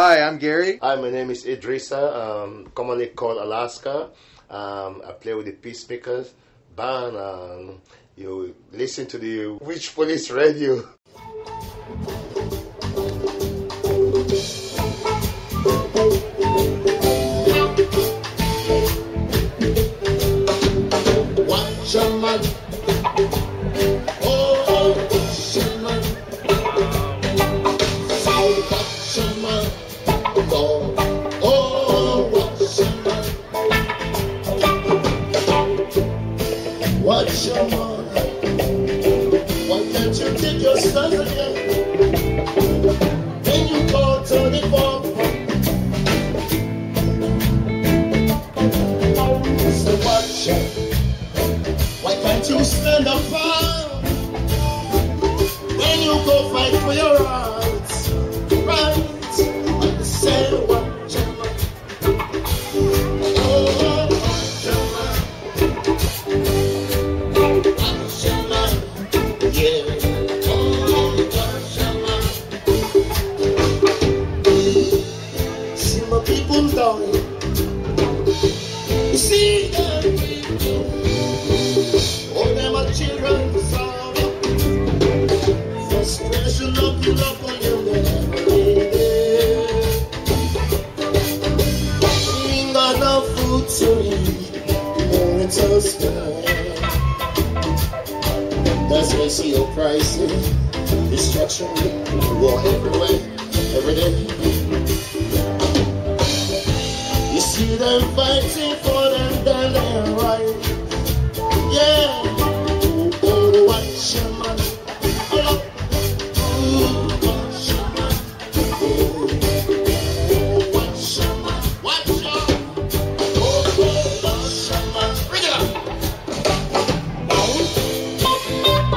I'm Gary. Hi, my name is Idrissa, um, commonly called Alaska. Um, I play with the Peacemakers band. Um, you listen to the Witch Police Radio. Watch a man. Oh, watch a man. Oh, watch a man. Oh, oh, watch a man. Watch a man. Why can't you take your stand again? When you call to the bomb. So watch out. Why can't you stand up for when you go fight for your rights? Rights and say what you want. Oh, what you want. What you want. Yeah. Oh, what you want. See my people dying. See them people. All them are children from frustration looking up on you. Ain't got no food to eat, no it's so sky. That's why I see your prices, destruction, war everywhere, every day. You see them fighting for them, then they're right. Yeah. Oh, watch your man. Hello. Ooh, watch your man. Oh, watch your man. Watch your- Oh, oh, watch your man. Bring it up. Oh,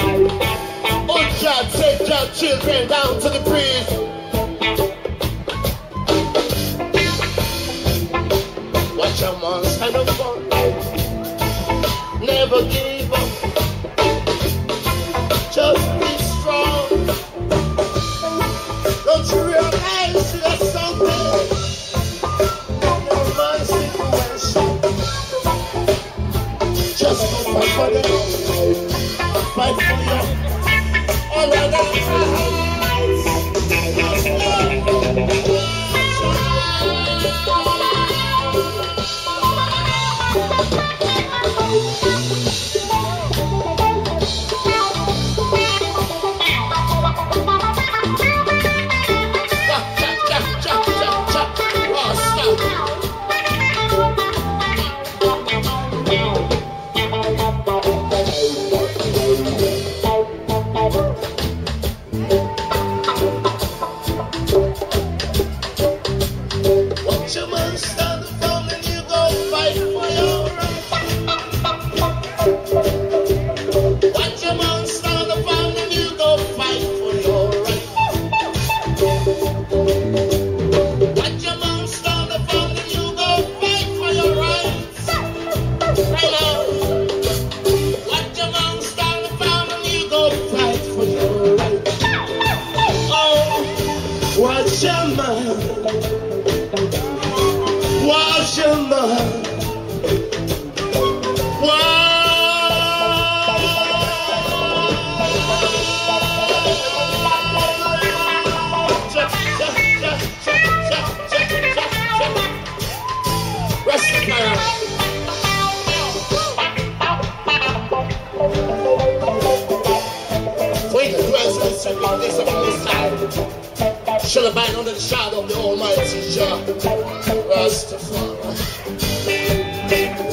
oh, Jah, take your Children down to the prison. Watch your man stand up for. Never give up. Just be strong. Don't you realize that something? Your mind situation. Just go fight for them. Fight for your all of the rights. Just Watch your man stand firm and you go fight for your rights. Watch your man stand firm and you go fight for your rights. Watch your man stand firm and you go fight for your rights. Right now. Watch your man stand firm and you go fight for your rights. Oh, watch your man. Wash him up. Shall abide under the shadow of the Almighty Jah. Rastafari.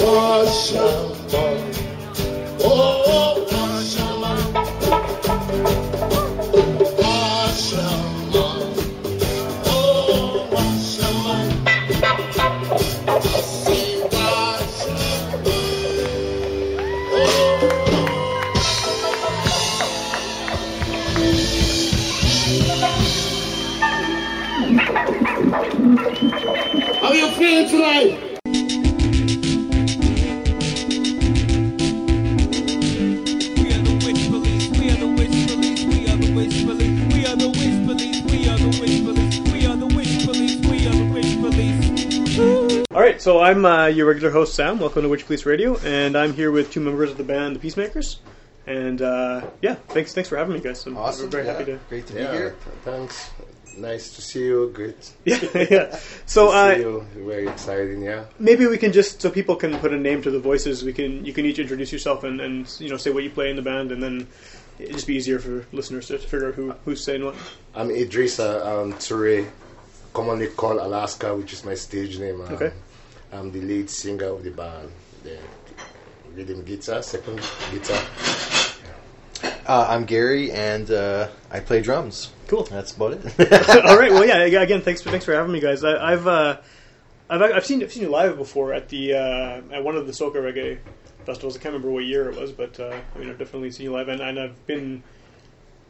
Wash Oh, wash 'em up. Wash washerman. Oh, washerman. I see washerman. Oh, How you feeling tonight? We are the witch police, we are the witch police, we are the witch police, we are the witch police, we are the witch police, we are the witch police, we are the witch police. All right, so I'm uh, your regular host, Sam. Welcome to Witch Police Radio, and I'm here with two members of the band, the Peacemakers. And uh, yeah, thanks, thanks for having me, guys. I'm Awesome. we're very yeah. happy to. Great to be Yeah, here. th- thanks. Nice to see you. Good to Yeah, yeah. So see uh, you. Very exciting, yeah. maybe we can just so people can put a name to the voices. We can you can each introduce yourself and, and you know say what you play in the band, and then it'd just be easier for listeners to figure out who who's saying what. I'm Idrissa um, Toure, commonly called Alaska, which is my stage name. Um, Okay. I'm the lead singer of the band, the rhythm guitar, second guitar. Uh, I'm Gary, and uh, I play drums. Cool. That's about it. All right. Well, yeah. ag- Again, thanks for thanks for having me, guys. I, I've uh, I've ac- I've seen I've seen you live before at the uh, at one of the soca reggae festivals. I can't remember what year it was, but uh, I mean, I've definitely seen you live, and, and I've been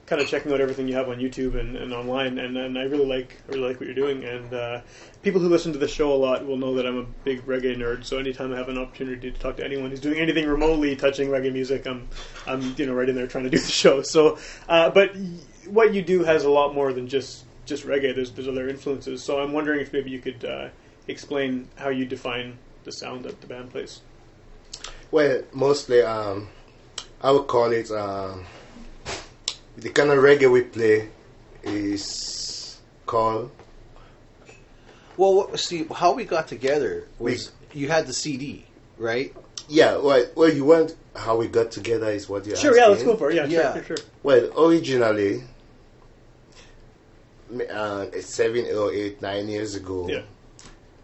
kind of checking out everything you have on YouTube and, and online, and, and I really like I really like what you're doing. And uh, people who listen to the show a lot will know that I'm a big reggae nerd. So anytime I have an opportunity to talk to anyone who's doing anything remotely touching reggae music, I'm I'm you know right in there trying to do the show. So, uh, but y- what you do has a lot more than just just reggae. There's there's other influences. So I'm wondering if maybe you could uh, explain how you define the sound that the band plays. Well, mostly um, I would call it um, the kind of reggae we play is called well, what- see, how we got together was you had the CD, right? yeah. Well, well, you want how we got together is what you Sure, yeah, let's go for it. Yeah, Yeah. sure, sure, sure. Well, originally, m- uh, seven or eight, nine years ago, Yeah.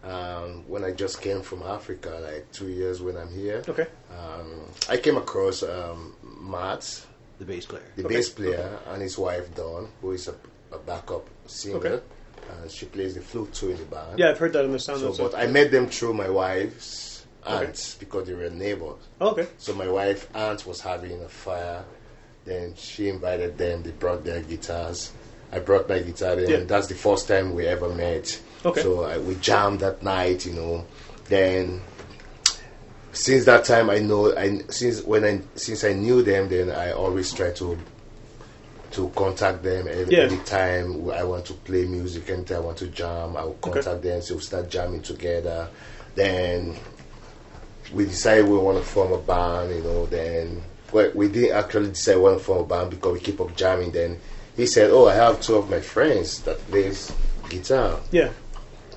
um, when I just came from Africa, like two years when I'm here, Okay. um, I came across um, Matt, The bass player. the Okay. bass player, and his wife Dawn, who is a, a backup singer. Okay. Uh, she plays the flute too in the band. Yeah, I've heard that in the sound. So, that's but I met them through my wife's aunt because they were neighbors. oh, okay. So my wife aunt was having a fire. Then she invited them. They brought their guitars. I brought my guitar. Then Yeah. that's the first time we ever met. Okay. So I, we jammed that night, you know. Then since that time, I know. I since when I since I knew them, then I always try to to contact them every, Yeah. every time I want to play music. Anytime I want to jam, I will contact them. So we start jamming together. Then we decided we want to form a band, you know, then well, we didn't actually decide we want to form a band because we keep up jamming. Then he said, "Oh, I have two of my friends that plays guitar. Yeah.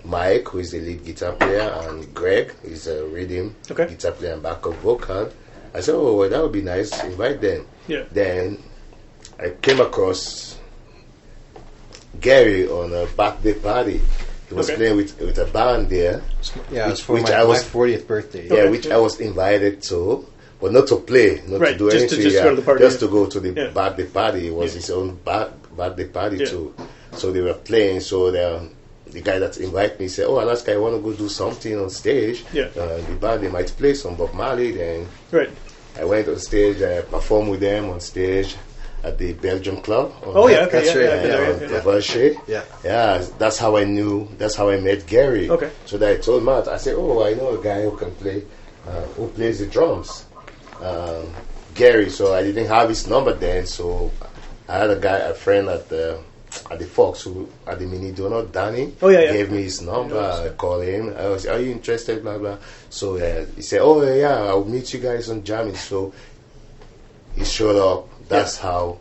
Mike, who is the lead guitar player, and Greg, is a rhythm Okay. guitar player and backup vocal." I said, "Oh, well, that would be nice. Invite them." Yeah. Then I came across Gary on a birthday party. He was Okay. playing with, with a band there. Yeah, it was Which- for which my, I was- my 40th birthday. Yeah, which I was invited to, but not to play, not Right, to do just to- anything. just to yeah, go to the party, just yeah. to go to the Yeah. birthday party. It was Yeah. his own ba- birthday party Yeah. too. So they were playing. So the the guy that invited me said, "Oh, Alaska, I want to go do something on stage. Yeah. uh, the band they might play some Bob Marley." Then Right. I went on stage. I performed with them on stage at the Belgium club. Oh yeah. Okay. That's yeah, right, yeah, Yeah, yeah, on yeah, yeah. Devonshire. Yeah. Yeah, that's how I knew, that's how I met Gary. Okay. So that I told Matt, I said, oh, I know a guy who can play, uh, who plays the drums. Um, Gary, so I didn't have his number then, so I had a guy, a friend at the, at the Fox, who, at the Mini Donut, Danny, Oh, yeah, yeah. gave me his number, Yeah, yeah. I called him, I was, are you interested, blah, blah. So uh, he said, oh, yeah, I'll meet you guys on jamming. So he showed up, that's how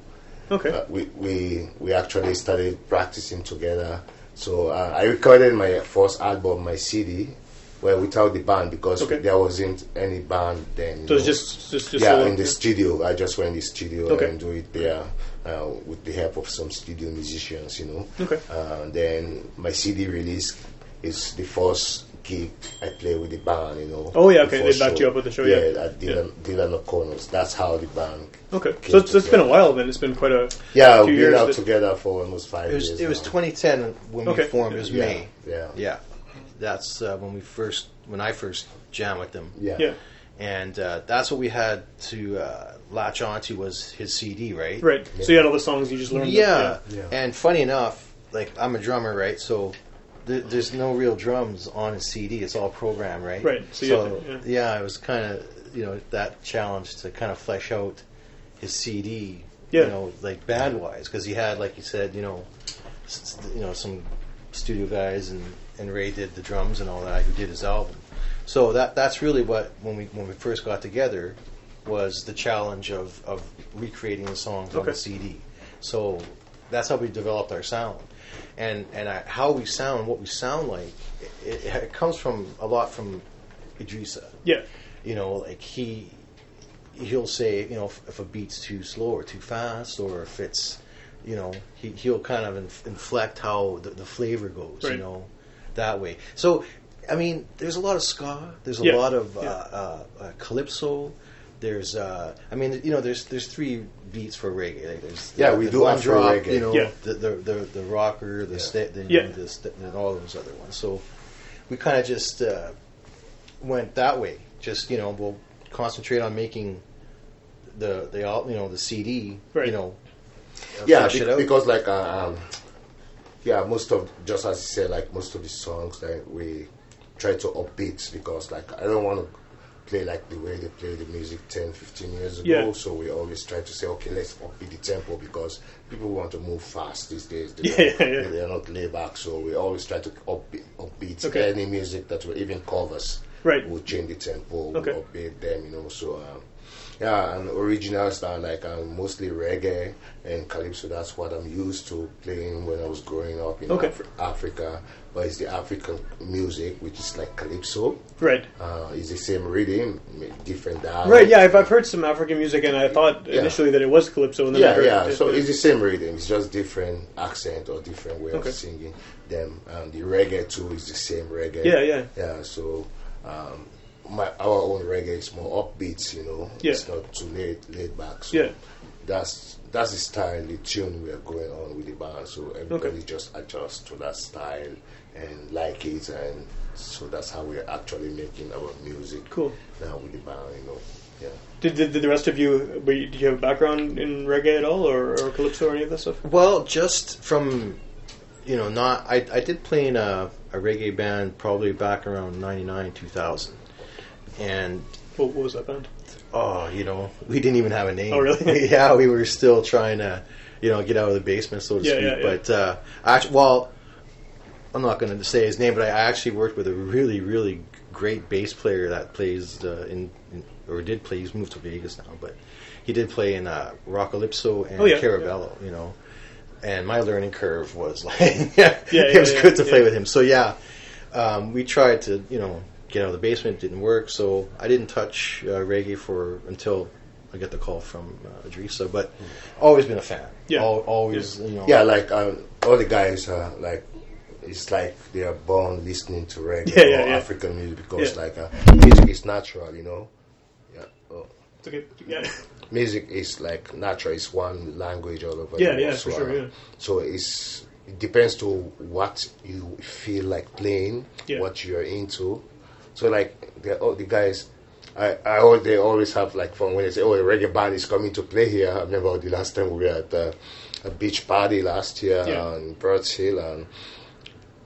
Okay. uh, we, we we actually started practicing together. So uh, I recorded my first album, my CD, well without the band because Okay. there wasn't any band then. you so it's know. just just just yeah, solo, in the studio. I just went to the studio Okay. and do it there uh, with the help of some studio musicians, you know. Okay. Uh, then my CD release is the first gig I played with the band, you know. Oh, yeah, okay, before they backed you up with the show, yeah. at Dylan, Dylan O'Connell's. That's how the band. Okay, so it's, it's been a while then. It's been quite a Yeah, few we've years been out that- together for almost five It was years. it was now. 2010 when Okay. we formed. It was Yeah, May. Yeah, Yeah, that's uh, when we first when I first jammed with them. yeah, yeah, and uh, that's what we had to uh, latch onto was his CD, right? right. So you had all the songs you just learned. Yeah. Yeah. And funny enough, like I'm a drummer, right? So th- there's no real drums on a CD. It's all program, right? Right. So So, you have to- yeah. it was kind of you know that challenge to kind of flesh out his CD. Yeah. You know, like band wise, because he had, like you said, you know, s- s- you know some studio guys and and Ray did the drums and all that. Who did his album. So that that's really what when we when we first got together was the challenge of, of recreating the songs on Okay. the CD. So that's how we developed our sound, and and I, how we sound, what we sound like, it, it comes from a lot from Idrissa. yeah, You know, like he he'll say, you know, if, if a beat's too slow or too fast, or if it's, you know, he, he'll kind of inf- inflect how the, the flavor goes, Right. you know, that way. So, I mean, there's a lot of ska, there's a Yeah, lot of yeah. uh, uh, uh, calypso. There's, uh, I mean, you know, there's there's three beats for reggae. Like, there's the- Yeah, we the do one Afro drop, reggae. You know, Yeah. the, the the the rocker, the sta the, Yeah. the sta- and all those other ones. So, we kind of just uh, went that way. Just you know, we'll concentrate on making the the al- you know the CD. Right. You know. uh, yeah. flesh be- it out. because like uh, um, yeah, most of just as you said, like most of the songs that we try to upbeat because like I don't want to play like the way they play the music 10, 15 years ago. Yeah. So we always try to say, okay, let's upbeat the tempo because people want to move fast these days. They Yeah, don't- yeah, yeah. They're not laid back, so we always try to upbeat, upbeat Okay. any music that we even covers. Right. We'll change the tempo. Okay. We'll upbeat them, you know. So. Um, yeah, and originals are like um, mostly reggae and calypso. That's what I'm used to playing when I was growing up in Okay. Afri- Africa. But it's the African music, which is like calypso. right. Uh, it's the same rhythm, m- different dialect. Right, yeah, I've, I've heard some African music, and I thought Yeah. initially that it was calypso, and then I Yeah, heard yeah. it- So it's the same rhythm. It's just different accent or different way Okay. of singing them. And the reggae too is the same reggae. Yeah, yeah. Yeah. So um, my our own reggae is more upbeat. You know, Yeah. it's not too laid laid back. So Yeah. That's that's the style, the tune we are going on with the band. So everybody just adjusts to that style and like it, and so that's how we're actually making our music. Cool. Now with the band, you know. Yeah. Did, did, did the rest of you? were you- Did you have a background in reggae at all, or, or calypso, or any of this stuff? Well, just from you know, not I, I did play in a, a reggae band probably back around '99, 2000, and What, what was that band? oh, you know, we didn't even have a name. Oh, really? yeah, we were still trying to, you know, get out of the basement, so to Yeah, speak. yeah, yeah. But uh, act well, I'm not going to say his name, but I actually worked with a really, really great bass player that plays uh, in, in, or did play. He's moved to Vegas now, but he did play in uh, Rockalypso and Oh, yeah, Carabello. You know. And my learning curve was like, yeah, Yeah, it yeah, was yeah, good to yeah. play with him. So yeah, um, we tried to you know get out of the basement didn't work so i didn't touch uh, reggae for until i got the call from uh, Adresa, but always been a fan Yeah. Al- always you know Yeah, like um, all the guys are like, it's like they are born listening to reggae Yeah, yeah, or yeah. African music because Yeah. like uh, music is natural, you know. Yeah, oh, It's okay. Yeah. music is like natural. It's one language all over. Yeah, the yeah, world, for so, sure, uh, yeah. So it's it depends to what you feel like playing, Yeah. what you are into. So like the all the guys. I, I al- they always have like fun when they say, "Oh, a reggae band is coming to play here." I remember the last time we were at uh, a beach party last year Yeah. in Broad Hill, and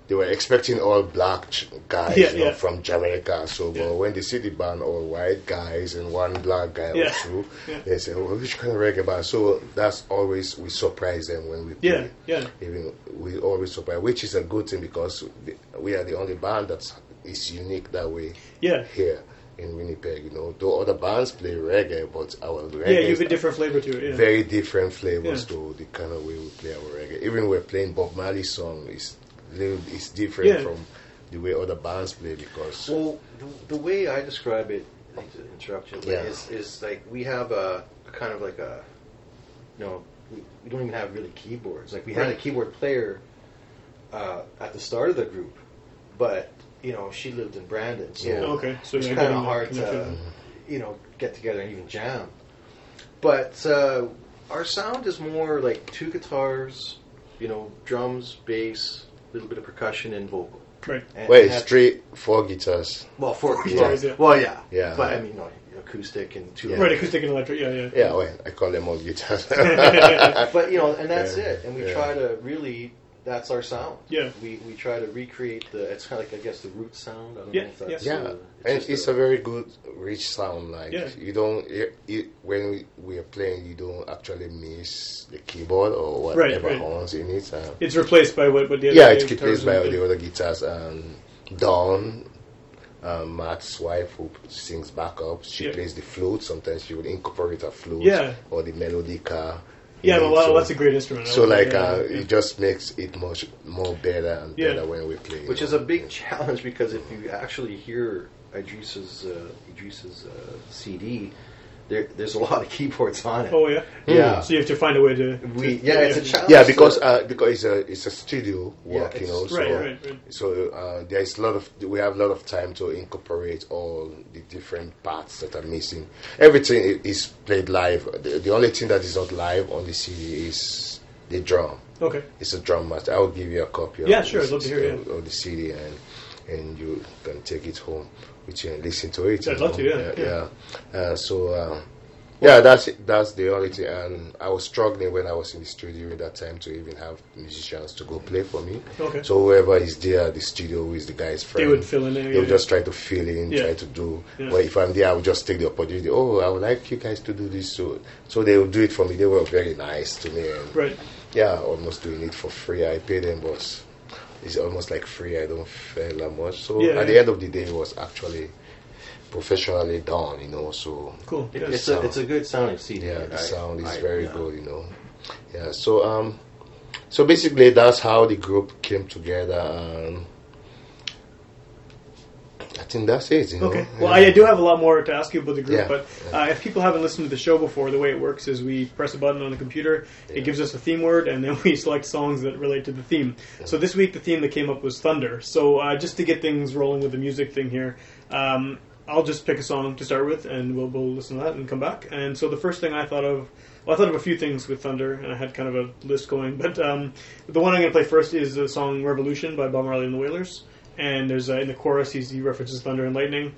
they were expecting all black ch- guys Yeah, you know, yeah. from Jamaica. So, but when they see the band, all white guys and one black guy Yeah. or two, Yeah. they say, "Well, which kind of reggae band?" So that's always we surprise them when we play. Yeah, yeah. Even we always surprise, which is a good thing because the- we are the only band that is unique that way Yeah. here in Winnipeg. You know, though other bands play reggae, but our reggae Yeah, you is have a different flavor to it. Yeah. very different flavors Yeah. to the kind of way we play our reggae. Even we're playing Bob Marley's song is little is different Yeah. from the way other bands play because well the, the way i describe it not to interrupt you but Yeah. is, is like we have a, a kind of like a you know we, we don't even have really keyboards like we had a Right. keyboard player uh, at the start of the group but you know, she lived in Brandon, so Yeah. Okay, so it's yeah, kind getting of that hard to, connection. you know, get together and even jam. But uh, our sound is more like two guitars, you know, drums, bass, a little bit of percussion, and vocal. Right. And Wait, and it's that- three, four guitars. Well, four guitars, guitars. yeah. Well, yeah, Yeah. But I mean, no, acoustic and two. Right, acoustic and electric. Yeah, yeah. Yeah, wait, I call them all guitars. But you know, and that's Yeah. it. And we Yeah. try to really. That's our sound. Yeah. we we try to recreate the. It's kind of like I guess the root sound. I don't Yeah, know if that's yeah. Yeah, uh, and just it's a, very good, rich sound. Like Yeah. you don't you, you, when we, we are playing, you don't actually miss the keyboard or Right, whatever right. horns in it. Um, It's replaced by what, what the other yeah, it's guitars replaced by all would do. the other guitars. Um, Dawn, um, Matt's wife, who sings backup, she Yeah. plays the flute. Sometimes she would incorporate a flute Yeah. or the melodica. you Yeah, know, well, well, so- that's a great instrument. I So love like, it, yeah, uh, yeah. it just makes it much more better and Yeah. better when we play. which you is know. a big challenge because if you actually hear Idris's uh, Idris's uh, CD, there, there's a lot of keyboards on it. oh yeah, Yeah. So you have to find a way to. we to- yeah, it's a challenge. Hmm. Yeah, because to- uh, because it's a it's a studio work, Yeah, you it's- know. So, Right, right, right. so uh, there is a lot of we have a lot of time to incorporate all the different parts that are missing. Everything i- is played live. The, the only thing that is not live on the CD is the drum. Okay. It's a drum master. I'll give you a copy. Yeah, of sure, I'd love to hear of, it, of the CD and and you can take it home with you and listen to it. I'd you love to, know. yeah, yeah. Uh, so. Um, yeah, that's it. That's the only thing. And I was struggling when I was in the studio at that time to even have musicians to go play for me. Okay. So whoever is there at the studio, who is the guy's friend, would fill in there, They yeah. would just try to fill in, Yeah. try to do. Yeah. But if I'm there, I would just take the opportunity. Oh, I would like you guys to do this. So, so they would do it for me. They were very nice to me. And Right. Yeah, almost doing it for free. I pay them, but it's almost like free. I don't feel that much. So Yeah, at the yeah. end of the day, it was actually professionally done. You know, so Cool. it- Yeah. it's a it's a good sounding CD. yeah, the I- sound is I- very yeah. good, you know. Yeah, so um, so basically that's how the group came together. Um, I think that's it. You know? Okay. Well, Yeah. I do have a lot more to ask you about the group, Yeah. but uh, if people haven't listened to the show before, the way it works is we press a button on the computer, Yeah. it gives us a theme word, and then we select songs that relate to the theme. So this week, the theme that came up was thunder. So uh, just to get things rolling with the music thing here, um, I'll just pick a song to start with, and we'll, we'll listen to that and come back. And so the first thing I thought of. Well, I thought of a few things with Thunder, and I had kind of a list going. But um, the one I'm going to play first is the song "Revolution" by Bob Marley and the Wailers. And there's uh, in the chorus he's, he references thunder and lightning,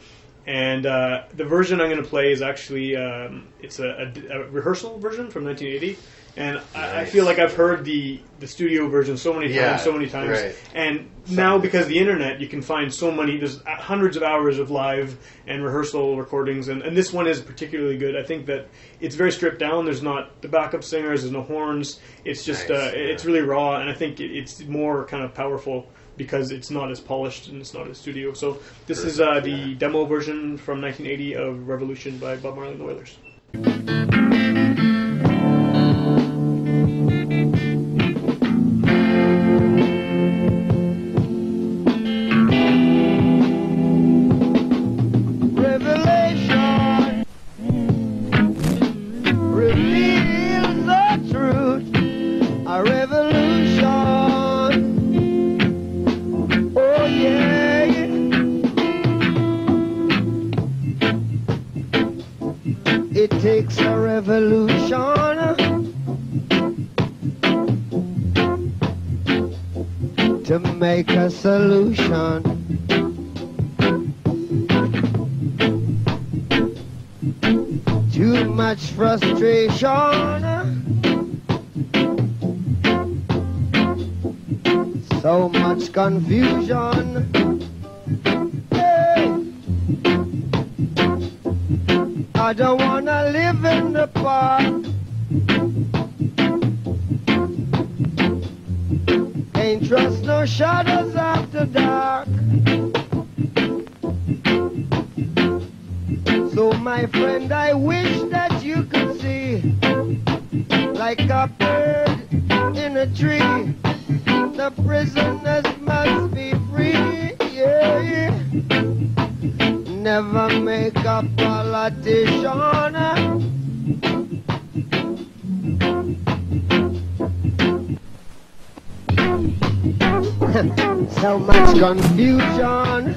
and uh, the version I'm going to play is actually um, it's a, a, a rehearsal version from 1980, and I, I feel like I've heard the the studio version so many times, Yeah, so many times, right. and now because of the internet, you can find so many there's uh, hundreds of hours of live and rehearsal recordings, and, and this one is particularly good. I think that it's very stripped down. There's not the backup singers, there's no horns. It's just Nice, uh, it's yeah. really raw, and I think it, it's more kind of powerful because it's not as polished and it's not as studio. So this is uh, the demo version from 1980 of Revolution by Bob Marley and the Wailers. Revelation reveals the truth. A revolution. Oh yeah. It takes a revolution to make a solution. Too much frustration. So much confusion. Hey. I don't wanna live in the park. Ain't trust no shadows after dark. So my friend, I wish that you could see Like a bird in a tree The prisoners must be free yeah, yeah. Never make a politician so much confusion.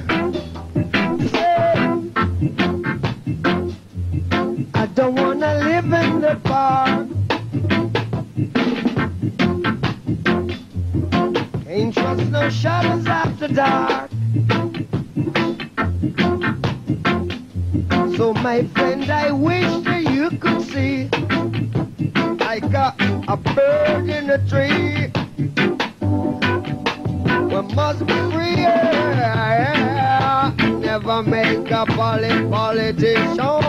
I don't wanna live in the park. Ain't trust no shadows after dark. So my friend, I wish that you could see. I got a bird in a tree. We must be free. yeah. Never make a poly politician.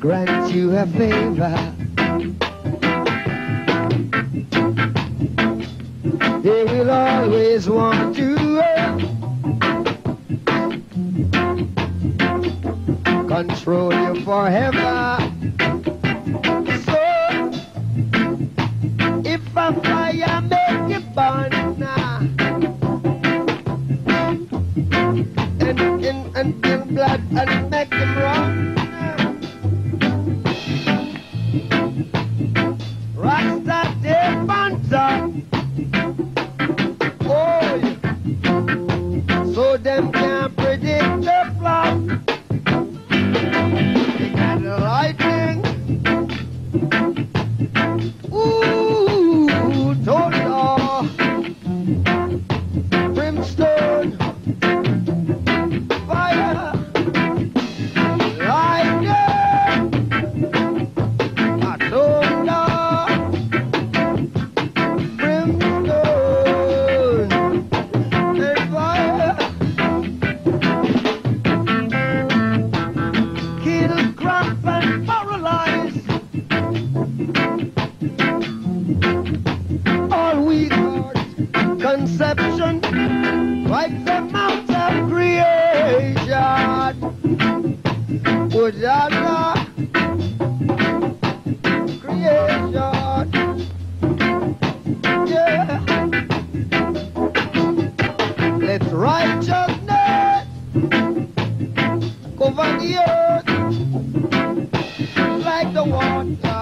Grant you a favor. They will always want to uh, control you forever. So, if I fire make it burn nah. and, and, and, and blood and make it run. Rockstar dead banter. Oh, yeah. so them can't predict the flop. They got the lightning. Ooh, uh, total brimstone, fire, lightning, a thunder brimstone and fire. Kill, grab, and paralyze. All we got conception, wipe them out of creation. Would Allah creation? yeah. Let righteousness cover the earth like the water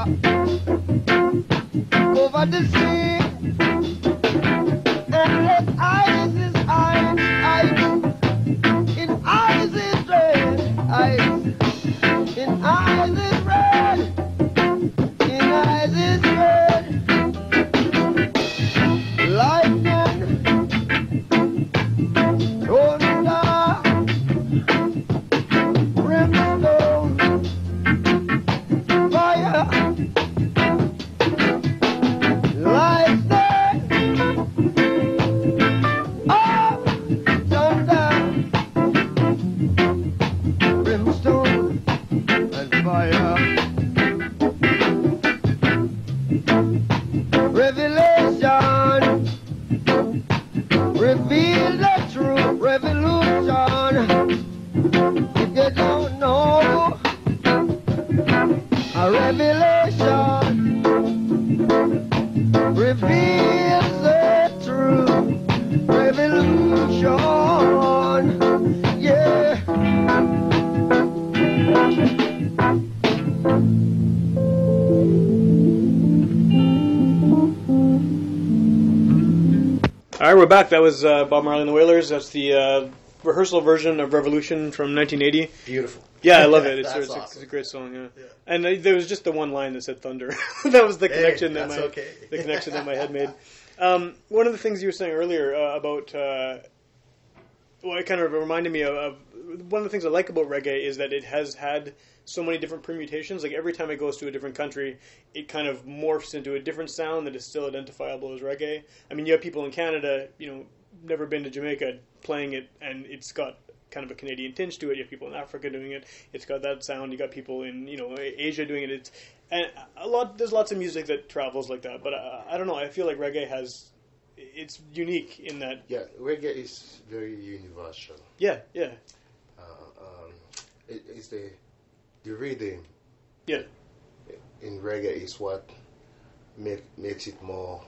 cover the sea. And let ISIS, ice, ice, in ISIS red, ice, in ISIS red, in ISIS red lightning, thunder, brimstone, fire, lightning, oh, thunder, brimstone, and fire. Revelation. Reveal the true revolution. If you don't know, a revelation reveals the true revolution. Yeah. All right, we're back. That was uh, Bob Marley and the Wailers. That's the uh, rehearsal version of Revolution from 1980. Beautiful. Yeah, I love it. It's, That's it's, it's a awesome. great song. Yeah, and I, there was just the one line that said "thunder." that was the Hey, connection that that's my okay. the connection that my head made. Um, one of the things you were saying earlier uh, about uh, well, it kind of reminded me of, of one of the things I like about reggae is that it has had so many different permutations. Like every time it goes to a different country, it kind of morphs into a different sound that is still identifiable as reggae. I mean, you have people in Canada, you know, never been to Jamaica playing it, and it's got kind of a Canadian tinge to it. You have people in Africa doing it; it's got that sound. You got people in you know A- Asia doing it. It's and a lot. There's lots of music that travels like that, but I, I don't know. I feel like reggae has it's unique in that. Yeah, reggae is very universal. Yeah, yeah, Uh, um, it, it's the the rhythm yeah. in reggae is what make, makes it more,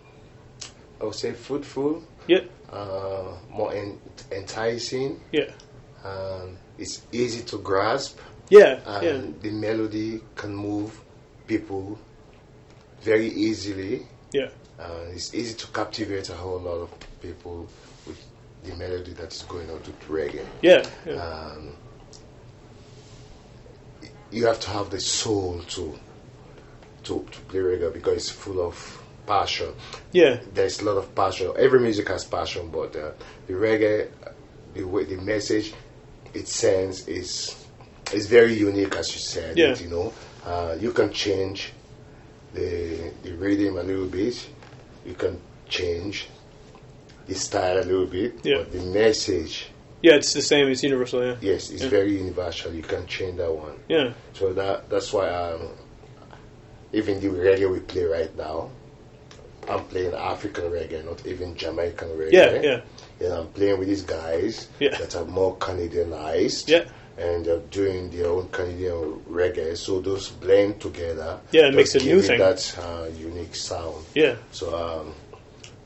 I would say, fruitful, Yeah, uh, more en- enticing. yeah, Um, it's easy to grasp, yeah, and yeah, the melody can move people very easily. Yeah. Uh, it's easy to captivate a whole lot of people with the melody that is going on with reggae. Yeah. yeah. Um, you have to have the soul to to, to play reggae because it's full of passion. yeah. There's a lot of passion. Every music has passion, but uh, the reggae, uh, the way the message it sends is is very unique, as you said. Yeah. You know, uh, you can change the the rhythm a little bit. You can change the style a little bit, Yeah. but the message, Yeah, it's the same. It's universal. Yeah. yes, is very universal. You can change that one. Yeah. So that that's why um, even the reggae we play right now, I'm playing African reggae, not even Jamaican reggae. Yeah. Yeah. And I'm playing with these guys Yeah. that are more Canadianized. Yeah. And they're doing their own Canadian reggae, so those blend together. Yeah, it to makes a give new it thing. That uh, unique sound. Yeah. So, um,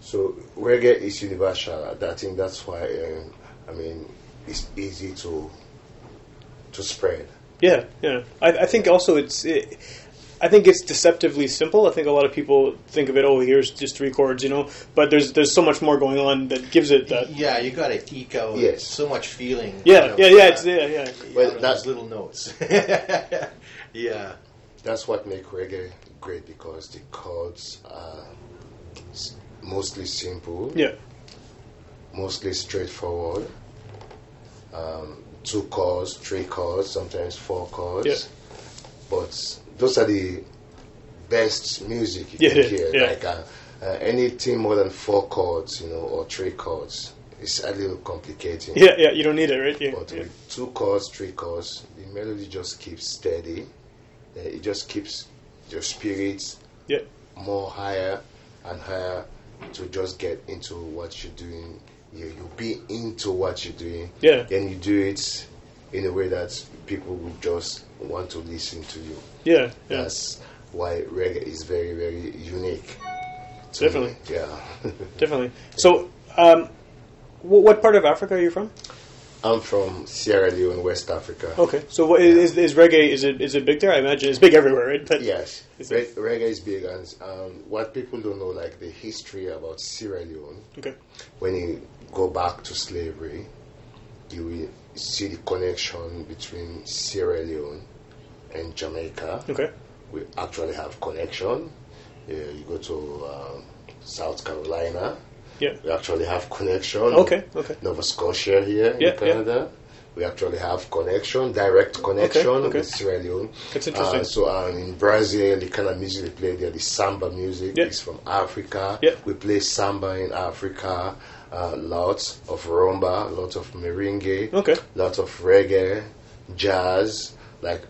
so reggae is universal. I think that's why. Um, I mean, it's easy to to spread. Yeah, yeah. I, I think also it's. It, I think it's deceptively simple. I think a lot of people think of it. Oh, here's just three chords, you know. But there's there's so much more going on that gives it that. Yeah, you got to eke out Yes. so much feeling. you Yeah, know, yeah, yeah. It's, yeah, yeah. Well, Well, that's- that's little notes. yeah, That's what makes reggae great because the chords are s- mostly simple, Yeah, mostly straightforward. Um, two chords, three chords, sometimes four chords. Yeah. But those are the best music you Yeah, can yeah, hear. yeah. Like uh, uh, anything more than four chords, you know, or three chords, it's a little complicated. yeah, yeah. You don't need it, right? Yeah, But yeah. with two chords, three chords, the melody just keeps steady. Uh, It just keeps your spirits yeah. more higher and higher to just get into what you're doing. You, you be into what you're doing. Yeah. Then you do it in a way that people will just want to listen to you. yeah, yeah. That's why reggae is very, very unique. to me. Definitely. Yeah. Definitely. So, um, wh- what part of Africa are you from? I'm from Sierra Leone, West Africa. Okay. So, what, is, is reggae? Is it is it big there? I imagine it's big everywhere, right? But Yes, Is Re- it- reggae is big, and um, what people don't know, like the history about Sierra Leone, Okay. when you go back to slavery, you will see the connection between Sierra Leone and Jamaica. Okay. We actually have connection. Yeah, you go to um, South Carolina, Yeah. we actually have connection. Okay. Okay. Nova Scotia here Yeah, yeah. in Canada. We actually have connection, direct connection okay. with Sierra Leone. That's interesting. Uh, so um, in Brazil, the kind of music they play there, the samba music Yeah. is from Africa. Yeah. We play samba in Africa. Uh, lots of rumba, lots of merengue, Okay. lots of reggae, jazz, like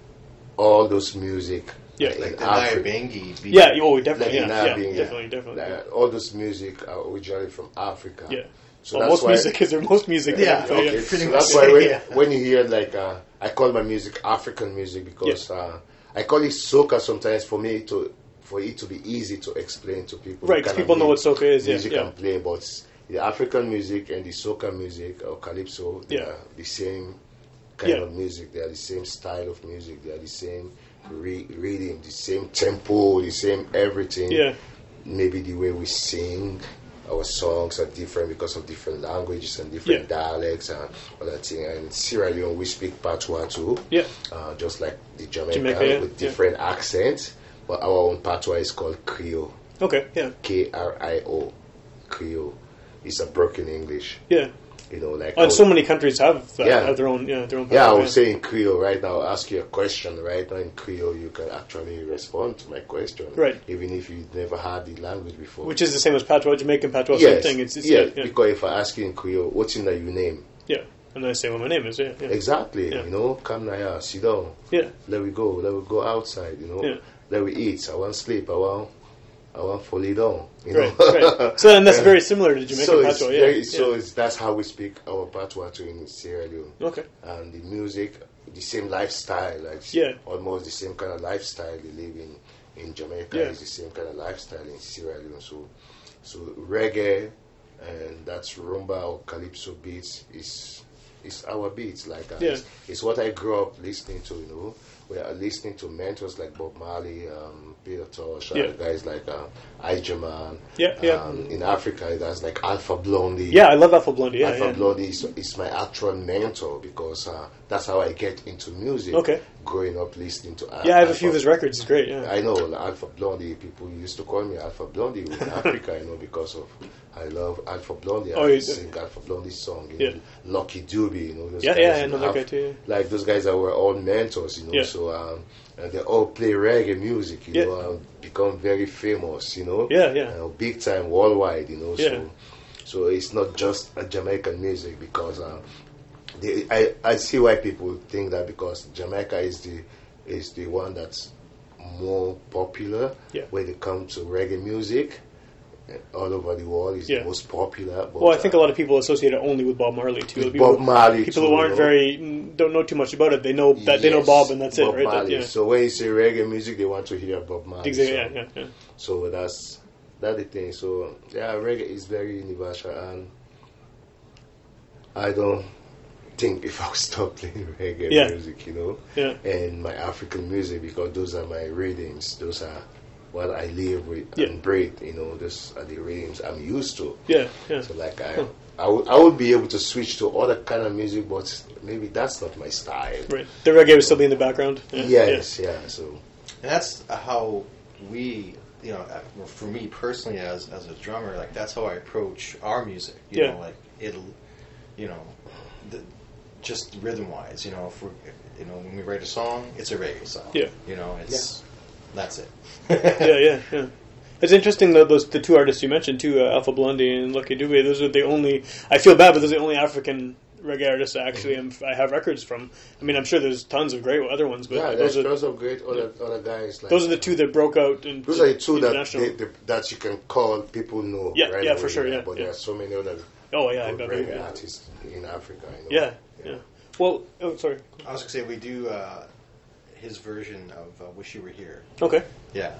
all those music. Yeah, in like the Afri- Nyabengi. beat. Yeah. Oh, like definitely. in Yeah. Yeah. Nairobi, yeah. Definitely. Definitely. Like, all those music are originally from Africa. Yeah. So well, that's most why music is there. Most music. Yeah, is- okay. Okay, pretty so much, that's why when, yeah. when you hear like uh, I call my music African music because uh, I call it soca sometimes for me to for it to be easy to explain to people. Right, 'cause Kind of people know mu- what soca is, yeah, Music yeah. I'm playing, but the African music and the soca music or calypso, they Yeah. are the same kind Yeah. of music. They are the same style of music. They are the same re- rhythm, the same tempo, the same everything Yeah. maybe the way we sing our songs are different because of different languages and different Yeah. dialects and all that thing. And in Sierra Leone, we speak Patois too, Yeah. uh, just like the Jamaican Jamaica, yeah, with yeah. different accents. But our own Patois is called Creole, Okay. Yeah. K R I O, Creole. It's a broken English, Yeah. you know, like And our- so many countries have that, Yeah. have their own yeah their own. yeah, I would passport, say in Creole right now. I'll ask you a question right now in Creole. You can actually respond to my question, Right. Even if you never heard the language before, which is the same as patois, Jamaican patois, yes. same thing. It's, it's yeah, yeah, yeah, because if I ask you in Creole, what's in that you name? yeah. And I say what my name is. Yeah, yeah, Exactly, Yeah. you know, come now, sit down, yeah, let we go, let we go outside, you know, Yeah. let we eat, I want sleep, I want, I want fall lay down, you know. right, right. So and that's very similar to Jamaican so it's patois. Yeah, very, so yeah. it's, that's how we speak our patois to in Sierra Leone, okay, and the music, the same lifestyle, like Yeah. almost the same kind of lifestyle they live in in Jamaica Yeah. is the same kind of lifestyle in Sierra Leone. So, so reggae and that's rumba or calypso beats is is our beats. Like uh, Yeah. it's, it's what I grew up listening to. You know, we are listening to mentors like Bob Marley, um, Peter Tosh, uh, Yeah. guys like uh, Ijaman. Yeah, yeah. Um, in Africa, that's like Alpha Blondie. Yeah, I love Alpha Blondie. Yeah, Alpha yeah. Blondie is, is my actual mentor because uh, that's how I get into music. Okay. Growing up listening to Al- yeah, I have a few of Alpha- his records. It's great. Yeah, I know like, Alpha Blondie. People used to call me Alpha Blondie in Africa, you know, because of I love Alpha Blondie. I Oh, you- sing Alpha Blondie's song. You Yeah. know, Lucky Doobie, you know. Those Yeah, guys, yeah, I you know that Alpha- guy too, Like those guys that were all mentors, you know. Yeah. So um, and they all play reggae music, you Yeah. know, and become very famous, you know. Yeah, yeah. Uh, big time worldwide, you know. Yeah. So, so it's not just a Jamaican music because. Um, the, I, I see why people think that because Jamaica is the is the one that's more popular Yeah. when it comes to reggae music eh, all over the world is Yeah. the most popular. But, Well, I think a uh, lot of people associate it only with Bob Marley too. With people, Bob Marley, people too, who aren't you know. very mm, don't know too much about it, they know that they know uh, yes, Bob and that's Bob it, right? That- Marley. yeah. So when you say reggae music, they want to hear Bob Marley. Exactly. so, Yeah, yeah, yeah. so that's that's the thing. So yeah, reggae is very universal, and I don't think if I would stop playing reggae Yeah. music, you know, Yeah. and my African music because those are my rhythms. Those are what I live with Yeah. and breathe. You know, those are the rhythms I'm used to. Yeah, yeah. So like I, I would I would be able to switch to other kind of music, but maybe that's not my style. Right. The reggae was still in the background. Yeah, Yes, yeah. So and that's how we you know uh, for me personally as as a drummer like that's how i approach our music you Yeah. know like it'll you know the, just rhythm wise you know if we're you know when we write a song it's a reggae song Yeah. you know it's that's it Yeah, yeah, yeah. yeah. It's interesting though those the two artists you mentioned too, uh, Alpha Blondie and Lucky Dube. Those are the only. I feel bad, but those are the only African reggae artists I actually am, I have records from. I mean, I'm sure there's tons of great other ones, but yeah, those there's are tons of great other other guys. Like, those are the two that broke out. And Those are the two that international. they, they, that you can call people know. Yeah, right yeah, away, for sure, yeah, but yeah. there are so many other oh yeah, I good bet. reggae Yeah. artists in Africa. You know? yeah, yeah. Well, oh sorry. i was gonna say we do uh, his version of uh, wish you were here Okay. yeah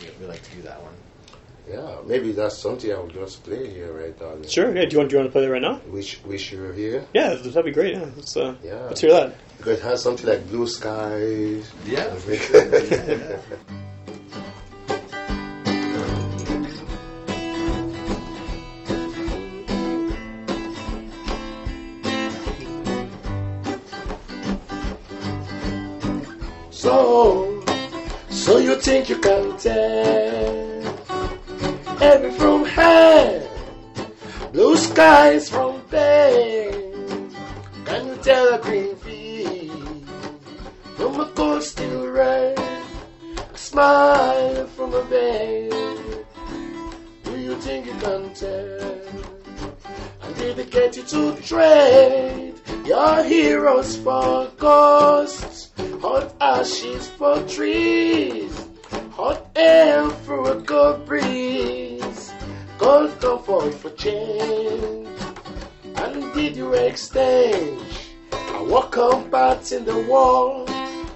we, we like to do that one Yeah, Maybe that's something I will just play here right now. then. Sure. Yeah. Do you want do you want to play that right now? Wish Wish you were here. Yeah, that'd be great. Yeah. Let's uh, Yeah. let's hear that. Because it has something like blue skies. Yeah. so, so you think you can tell heaven from hell, blue skies from pain? Can you tell a green field from a cold steel rain? A smile from a veil. Do you think you can tell? and dedicated to trade your heroes for ghosts, hot ashes for trees, hot air for a cold breeze, cold comfort for change. And did you exchange a welcome part in the wall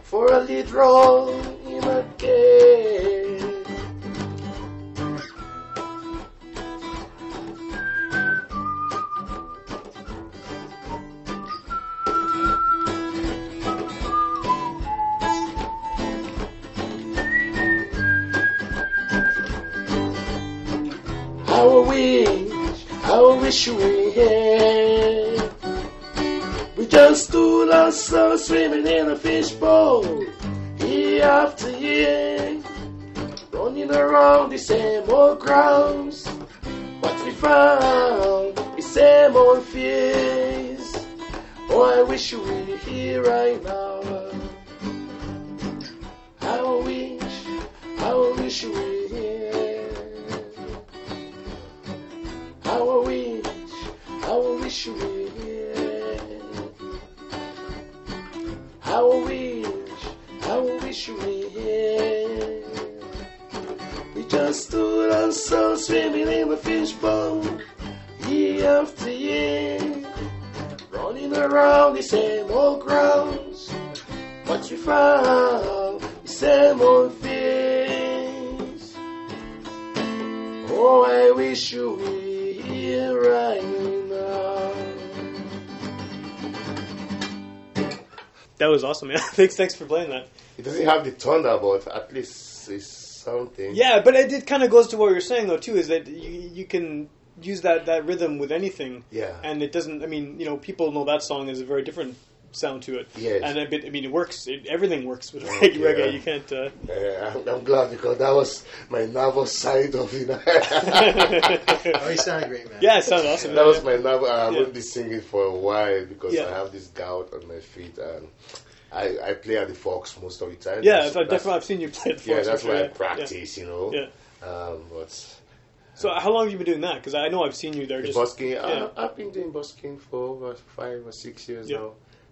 for a lead role in a game? I will wish, I will wish you were here. We just two lost souls swimming in a fishbowl, year after year, running around the same old grounds. What we found is same old fears. Oh, I wish you were here right now. I will wish, I will wish you were here. I will wish, I will wish you were here. I will wish, I will wish you were here. We just stood and saw swimming in the fishbowl, year after year, running around the same old grounds. What we found, the same old things. Oh, I wish you were here right now. that was awesome, man. thanks, thanks for playing that. It doesn't have the thunder, but at least it's something. Yeah, but it, it kind of goes to what you're saying though too, is that you, you can use that, that rhythm with anything. Yeah. And it doesn't. I mean, you know, people know that song is a very different sound to it. Yes. And I, bet- I mean, it works. It, everything works with reggae. yeah. reggae. You can't. Uh, Uh, I'm, I'm glad because that was my nervous side of it. Oh, you sound great, man. yeah, it sounds awesome. that man. was my nerve. I Yeah. won't be singing for a while because Yeah. I have this gout on my feet and I, I play at the Fox most of the time. yeah, That's- I've, I've that's- definitely I've seen you play it before. Yeah, that's so, where I yeah. practice, you know. Yeah. Um, but So how long have you been doing that? Because I know I've seen you there. the uh, Just busking, yeah. I, I've been doing busking for over five or six years Yeah. now.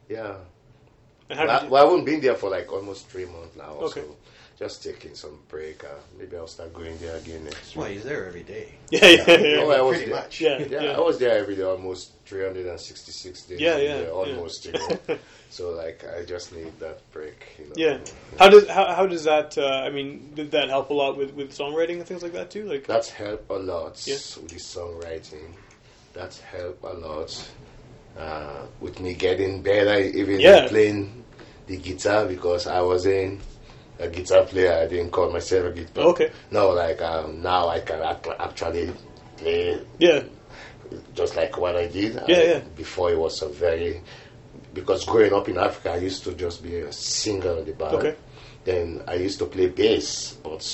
Yeah. and how Well, did I, you- well, I haven't been there for like almost three months now. Okay. So just taking some break. Uh, maybe I'll start going there again next Well, week. he's there every day. yeah, yeah, yeah, Oh, I was Pretty there. much. yeah, Yeah, yeah. I was there every day, almost 366 days. Yeah, a yeah, year, yeah. almost. You know? so like, I just need that break. You know? Yeah. How does how, how does that? Uh, I mean, did that help a lot with, with songwriting and things like that too? Like, That's helped a lot Yeah. with the songwriting. That's helped a lot uh, with me getting better, even Yeah. playing the guitar because I wasn't a guitar player. I didn't call myself a guitar. Oh, Okay. No, like um, now I can act- actually play yeah, just like what I did. I- Yeah, yeah. Before it was a very because growing up in Africa, I used to just be a singer in the band. Okay. Then I used to play bass, but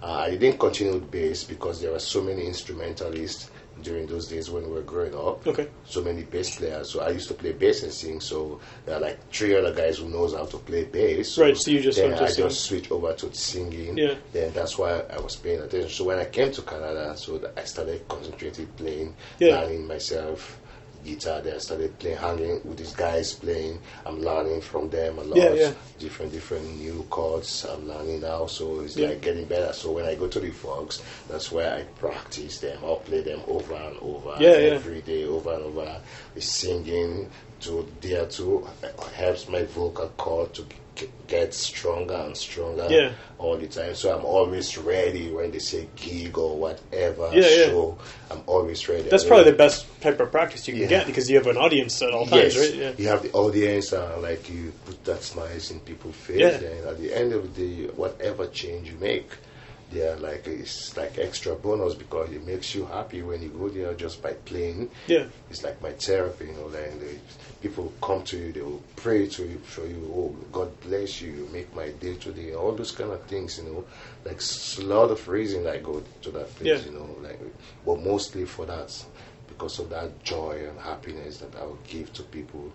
uh, I didn't continue with bass because there were so many instrumentalists during those days when we were growing up. Okay. So many bass players. So I used to play bass and sing. So there are like three other guys who knows how to play bass. Right, so you just then went to I sing. just switch over to singing. Yeah. Then that's why I was paying attention. So when I came to Canada, so that I started concentrating playing, Yeah. learning myself guitar. Then I started playing, hanging with these guys playing. I'm learning from them a lot. Yeah, yeah. Different, different new chords. I'm learning now, so it's Yeah. like getting better. So when I go to the Fox, that's where I practice them. I'll play them over and over Yeah, yeah. every day, over and over. The singing to there too helps my vocal cord to g- get stronger and stronger Yeah. all the time. So I'm always ready when they say gig or whatever Yeah, yeah. show. I'm always ready. that's I probably really- the best type of practice you can Yeah. get because you have an audience at all Yes, times, right? Yeah. you have the audience, uh, like you put that smile in people's face, Yeah. and at the end of the day, whatever change you make, they are like it's like extra bonus because it makes you happy when you go there just by playing. Yeah. It's like my therapy, you know. Then the people come to you, they will pray to you, show you, oh, God bless you, you make my day today, all those kind of things, you know. Like s- lot of reason I go to that place, Yeah. you know. Like, but mostly for that, because of that joy and happiness that I will give to people.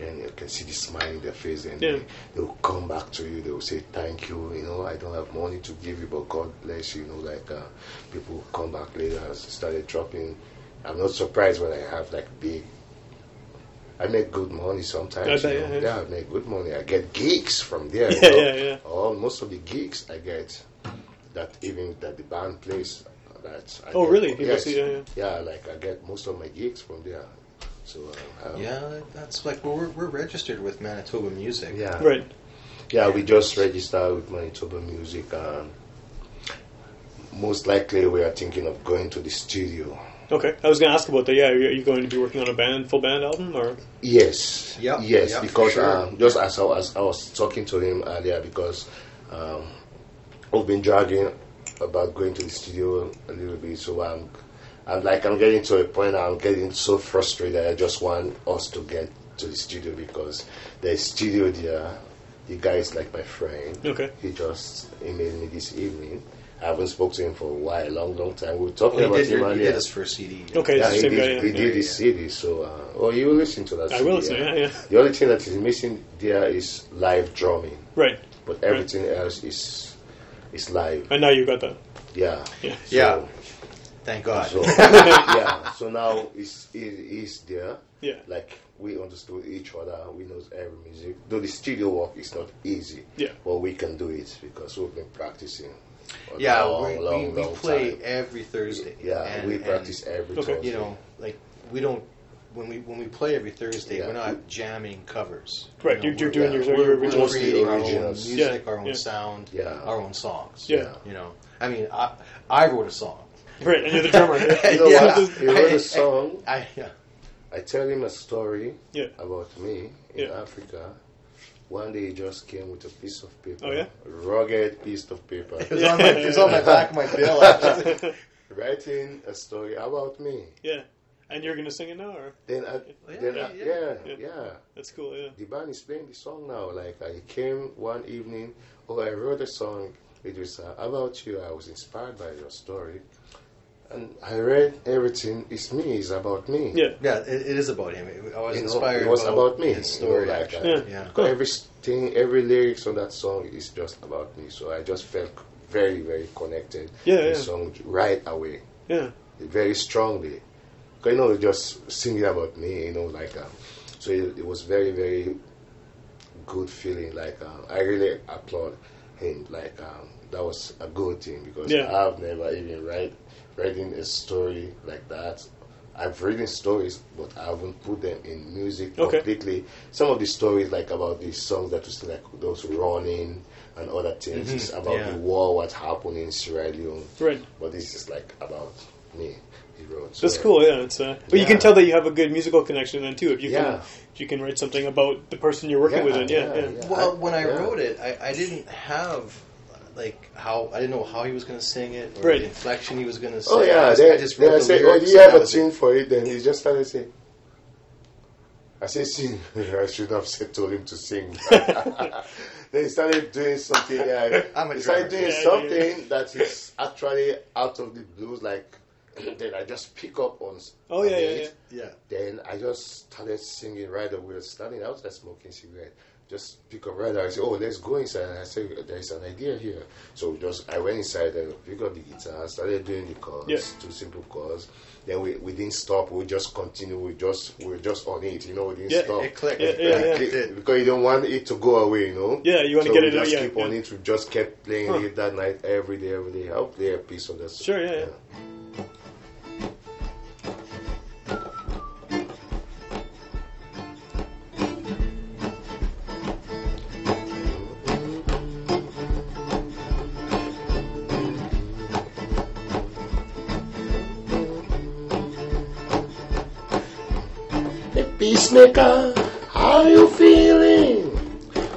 And you can see the smile in their face, and Yeah. they, they will come back to you. They will say, "Thank you." You know, I don't have money to give you, but God bless you. You know, like uh, people come back later and started dropping. I'm not surprised when I have like big. I make good money sometimes. I bet, you know? yeah, yeah. I make good money. I get gigs from there. Yeah, you know? yeah, yeah. All most of the gigs I get that even that the band plays. That I Oh, get- really? People Yes. see- yeah, yeah. yeah, like I get most of my gigs from there. So um, Yeah, that's like well, we're we're registered with Manitoba Music. yeah, Right. Yeah, we just registered with Manitoba Music, and most likely we are thinking of going to the studio. Okay. I was going to ask about that. Yeah. Are you are you going to be working on a band, full band album, or? Yes, Yeah, yes, yeah, because sure. um, just as I, was, I was talking to him earlier, because um, I've been dragging about going to the studio a little bit, so I'm, I'm like I'm getting to a point I'm getting so frustrated. I just want us to get to the studio because the studio there, the guy is like my friend. Okay. He just emailed me this evening. I haven't spoke to him for a while, long, long time. We were talking Well, he about did, him your, he earlier. did his first CD. Okay. Yeah, it's the he same did, guy. Yeah. he did Yeah, his CD, so uh, oh, you will listen to that. I CD, will listen, yeah, yeah. The only thing that is missing there is live drumming, Right. but everything else is is live. And now you got that. Yeah, Yeah. So- Yeah. Thank God. So, yeah, so now it's it is there. Yeah. like we understood each other. We know every music. Though the studio work is not easy. Yeah. but we can do it because we've been practicing. a yeah, long, we, long, we, we long play time. every Thursday. Yeah, and- we and, practice every Okay. Thursday. You know, like we don't when we when we play every Thursday, Yeah. we're not jamming covers. Right. You know, You're, you're we're- doing yeah. your, your We're, we're original. originals. creating our own Originals. music, Yeah, our own yeah. sound, Yeah. our own songs. Yeah. Yeah. You know, I mean, I I wrote a song. Right. And you're the drummer. You know Yeah. what? He wrote I- a song. I yeah. I tell him a story Yeah. about me in Yeah. Africa One day he just came with a piece of paper. Oh, yeah? Rugged piece of paper. It was on my, it was on my back of my bill. Actually. writing a story about me. Yeah. And you're gonna sing it now, or Then I, yeah, then yeah, I, yeah, yeah. yeah, Yeah. that's cool. Yeah. The band is playing the song now. Like I came one evening, oh, I wrote a song. It was uh, about you. I was inspired by your story, and I read everything. It's me. It's about me. Yeah. Yeah, it, it is about him. It, I was You know, inspired. it was about me. His you know, story, like, actually. uh, Yeah. Cool. Everything, every lyrics on that song is just about me. So I just felt very, very connected. Yeah, to yeah. The song right away, Yeah. very strongly. 'Cause, You know, just singing about me. You know, like um, so. It, it was very, very good feeling. Like um, I really applaud him. Like um, that was a good thing because Yeah. I've never even write writing a story like that. I've written stories, but I haven't put them in music Okay. completely. Some of the stories, like about the songs that was like those running and other things, it's about yeah. the war, what happened in Sierra Leone. Mm-hmm. Right. But this is like about me. He wrote. That's So- cool. Yeah. It's uh, but you can Yeah. tell that you have a good musical connection then too. If you can, Yeah. if you can write something about the person you're working Yeah, with. It. Yeah. yeah, Yeah. yeah. Well, I- when I yeah. wrote it, I, I didn't have like how I didn't know how he was going to sing it or Right. the inflection he was going to sing. Oh yeah, I just, they, I just wrote they the say, "Oh, lyrics. do you and have that a was tune it. for it?" Then he just started saying, "I said sing." I should have said told him to sing. then he started doing something. Uh, I'm a he drummer. started doing Yeah, something that is actually out of the blues. Like then I just pick up on. s- Oh on yeah. Yeah. it. Yeah. Yeah. Then I just started singing right away, standing out and smoking cigarette. Just pick up right away. I said, "Oh, let's go inside." And I said, "There's an idea here." So just I went inside and picked up the guitar, started doing the chords, Yeah. two simple chords. Then we, we didn't stop. We just continue. We just we were just on it. You know, we didn't Yeah, stop. it clicked. Yeah, yeah, Like, yeah. it- because you don't want it to go away. You know. Yeah, you wanna so get we it out, Just yeah, keep on yeah. it. We just kept playing Huh. it that night, every day, every day. I'll play a piece of that. song. Sure, yeah, yeah. The peacemaker, how you feeling?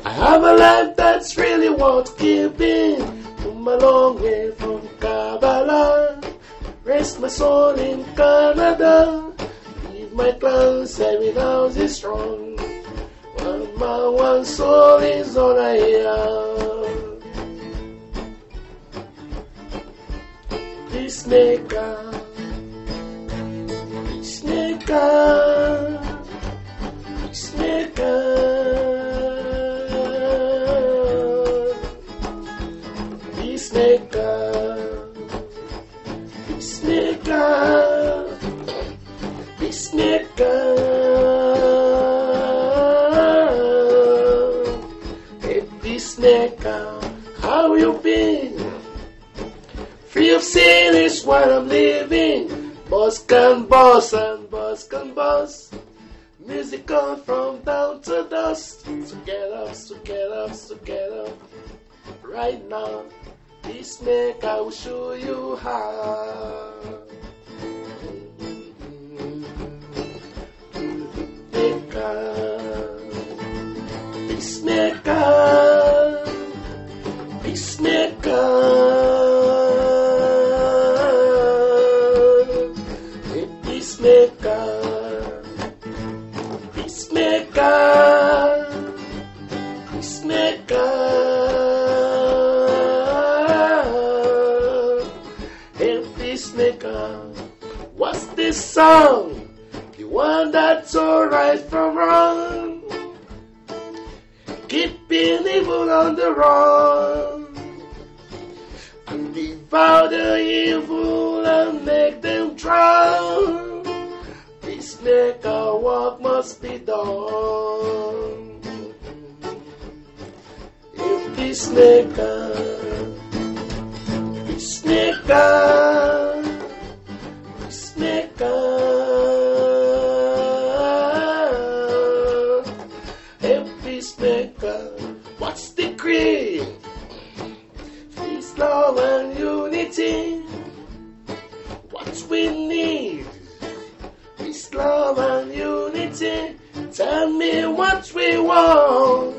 I have a life that's really worth giving. Come a long way from Kabbalah. Rest my soul in Canada. Leave my clan seven houses strong. One man, one soul is all I am. Peacemaker, peacemaker, peacemaker, peacemaker, peacemaker, peacemaker. Hey, peacemaker, how you been? Free of sin is what I'm living. Boss can boss and boss can boss. Music on from down to dust. So get up, so get up, so get up. Right now, peacemaker will show you how. Peacemaker, peacemaker. Peacemaker, Hey, peacemaker, peacemaker, peacemaker, Hey, peacemaker. What's this song? The one that's alright from wrong keeping evil on the run. And devour the evil and make them drown. Peacemaker work must be done. If peacemaker, peacemaker, peacemaker, a peacemaker. What's the creed? Peace, love, and unity. What we need. Peace, love, and unity. Tell me what we want.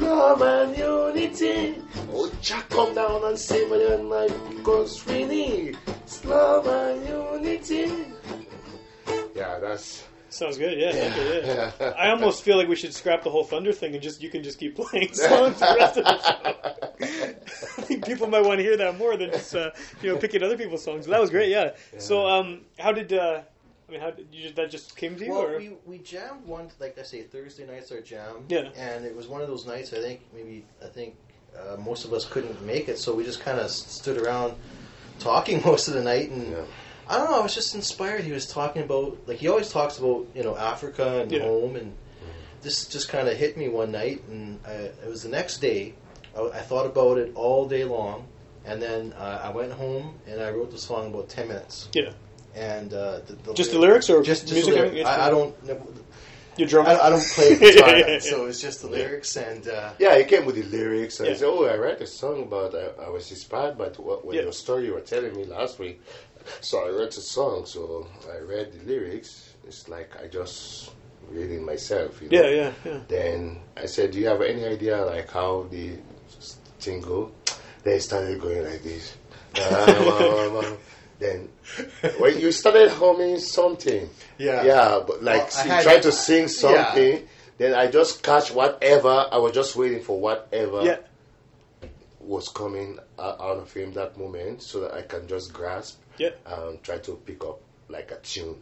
love and unity. Oh, Jack, come down and save it and life because we need love and unity. Yeah, that's. Sounds good. Yeah, I like it, yeah. I almost feel like we should scrap the whole Thunder thing and just you can just keep playing songs the rest of the show. I think people might want to hear that more than just uh, you know picking other people's songs. That was great. Yeah. So, um, how did uh, I mean? How did you, that just came to you? Well, or? we, we jammed one, like I say, Thursday nights are jam. Yeah. And it was one of those nights, I think, maybe, I think uh, most of us couldn't make it, so we just kind of stood around talking most of the night. And Yeah. I don't know, I was just inspired. He was talking about, like, he always talks about, you know, Africa and Yeah. home. And this just kind of hit me one night. And I, it was the next day. I, I thought about it all day long. And then uh, I went home and I wrote the song in about 10 minutes. yeah. And uh, the, the Just the lyrics or just, just music? the lyric. I, I don't. know- You're drunk. I, I don't play guitar, so it's just the lyrics and. Uh, Yeah, he came with the lyrics and Yeah. he said, "Oh, I read a song about. I, I was inspired by what, what Yeah. your story you were telling me last week, so I wrote a song. So I read the lyrics. It's like I just reading myself. You know? yeah, yeah, yeah. Then I said, "Do you have any idea like how the s- thing go?" They started going like this. then when you started humming something, Yeah. yeah, Well, but like I you had- try to sing yeah. something. Then I just catch whatever. I was just waiting for whatever Yeah. was coming o- out of him that moment, so that I can just grasp Yeah. and try to pick up like a tune.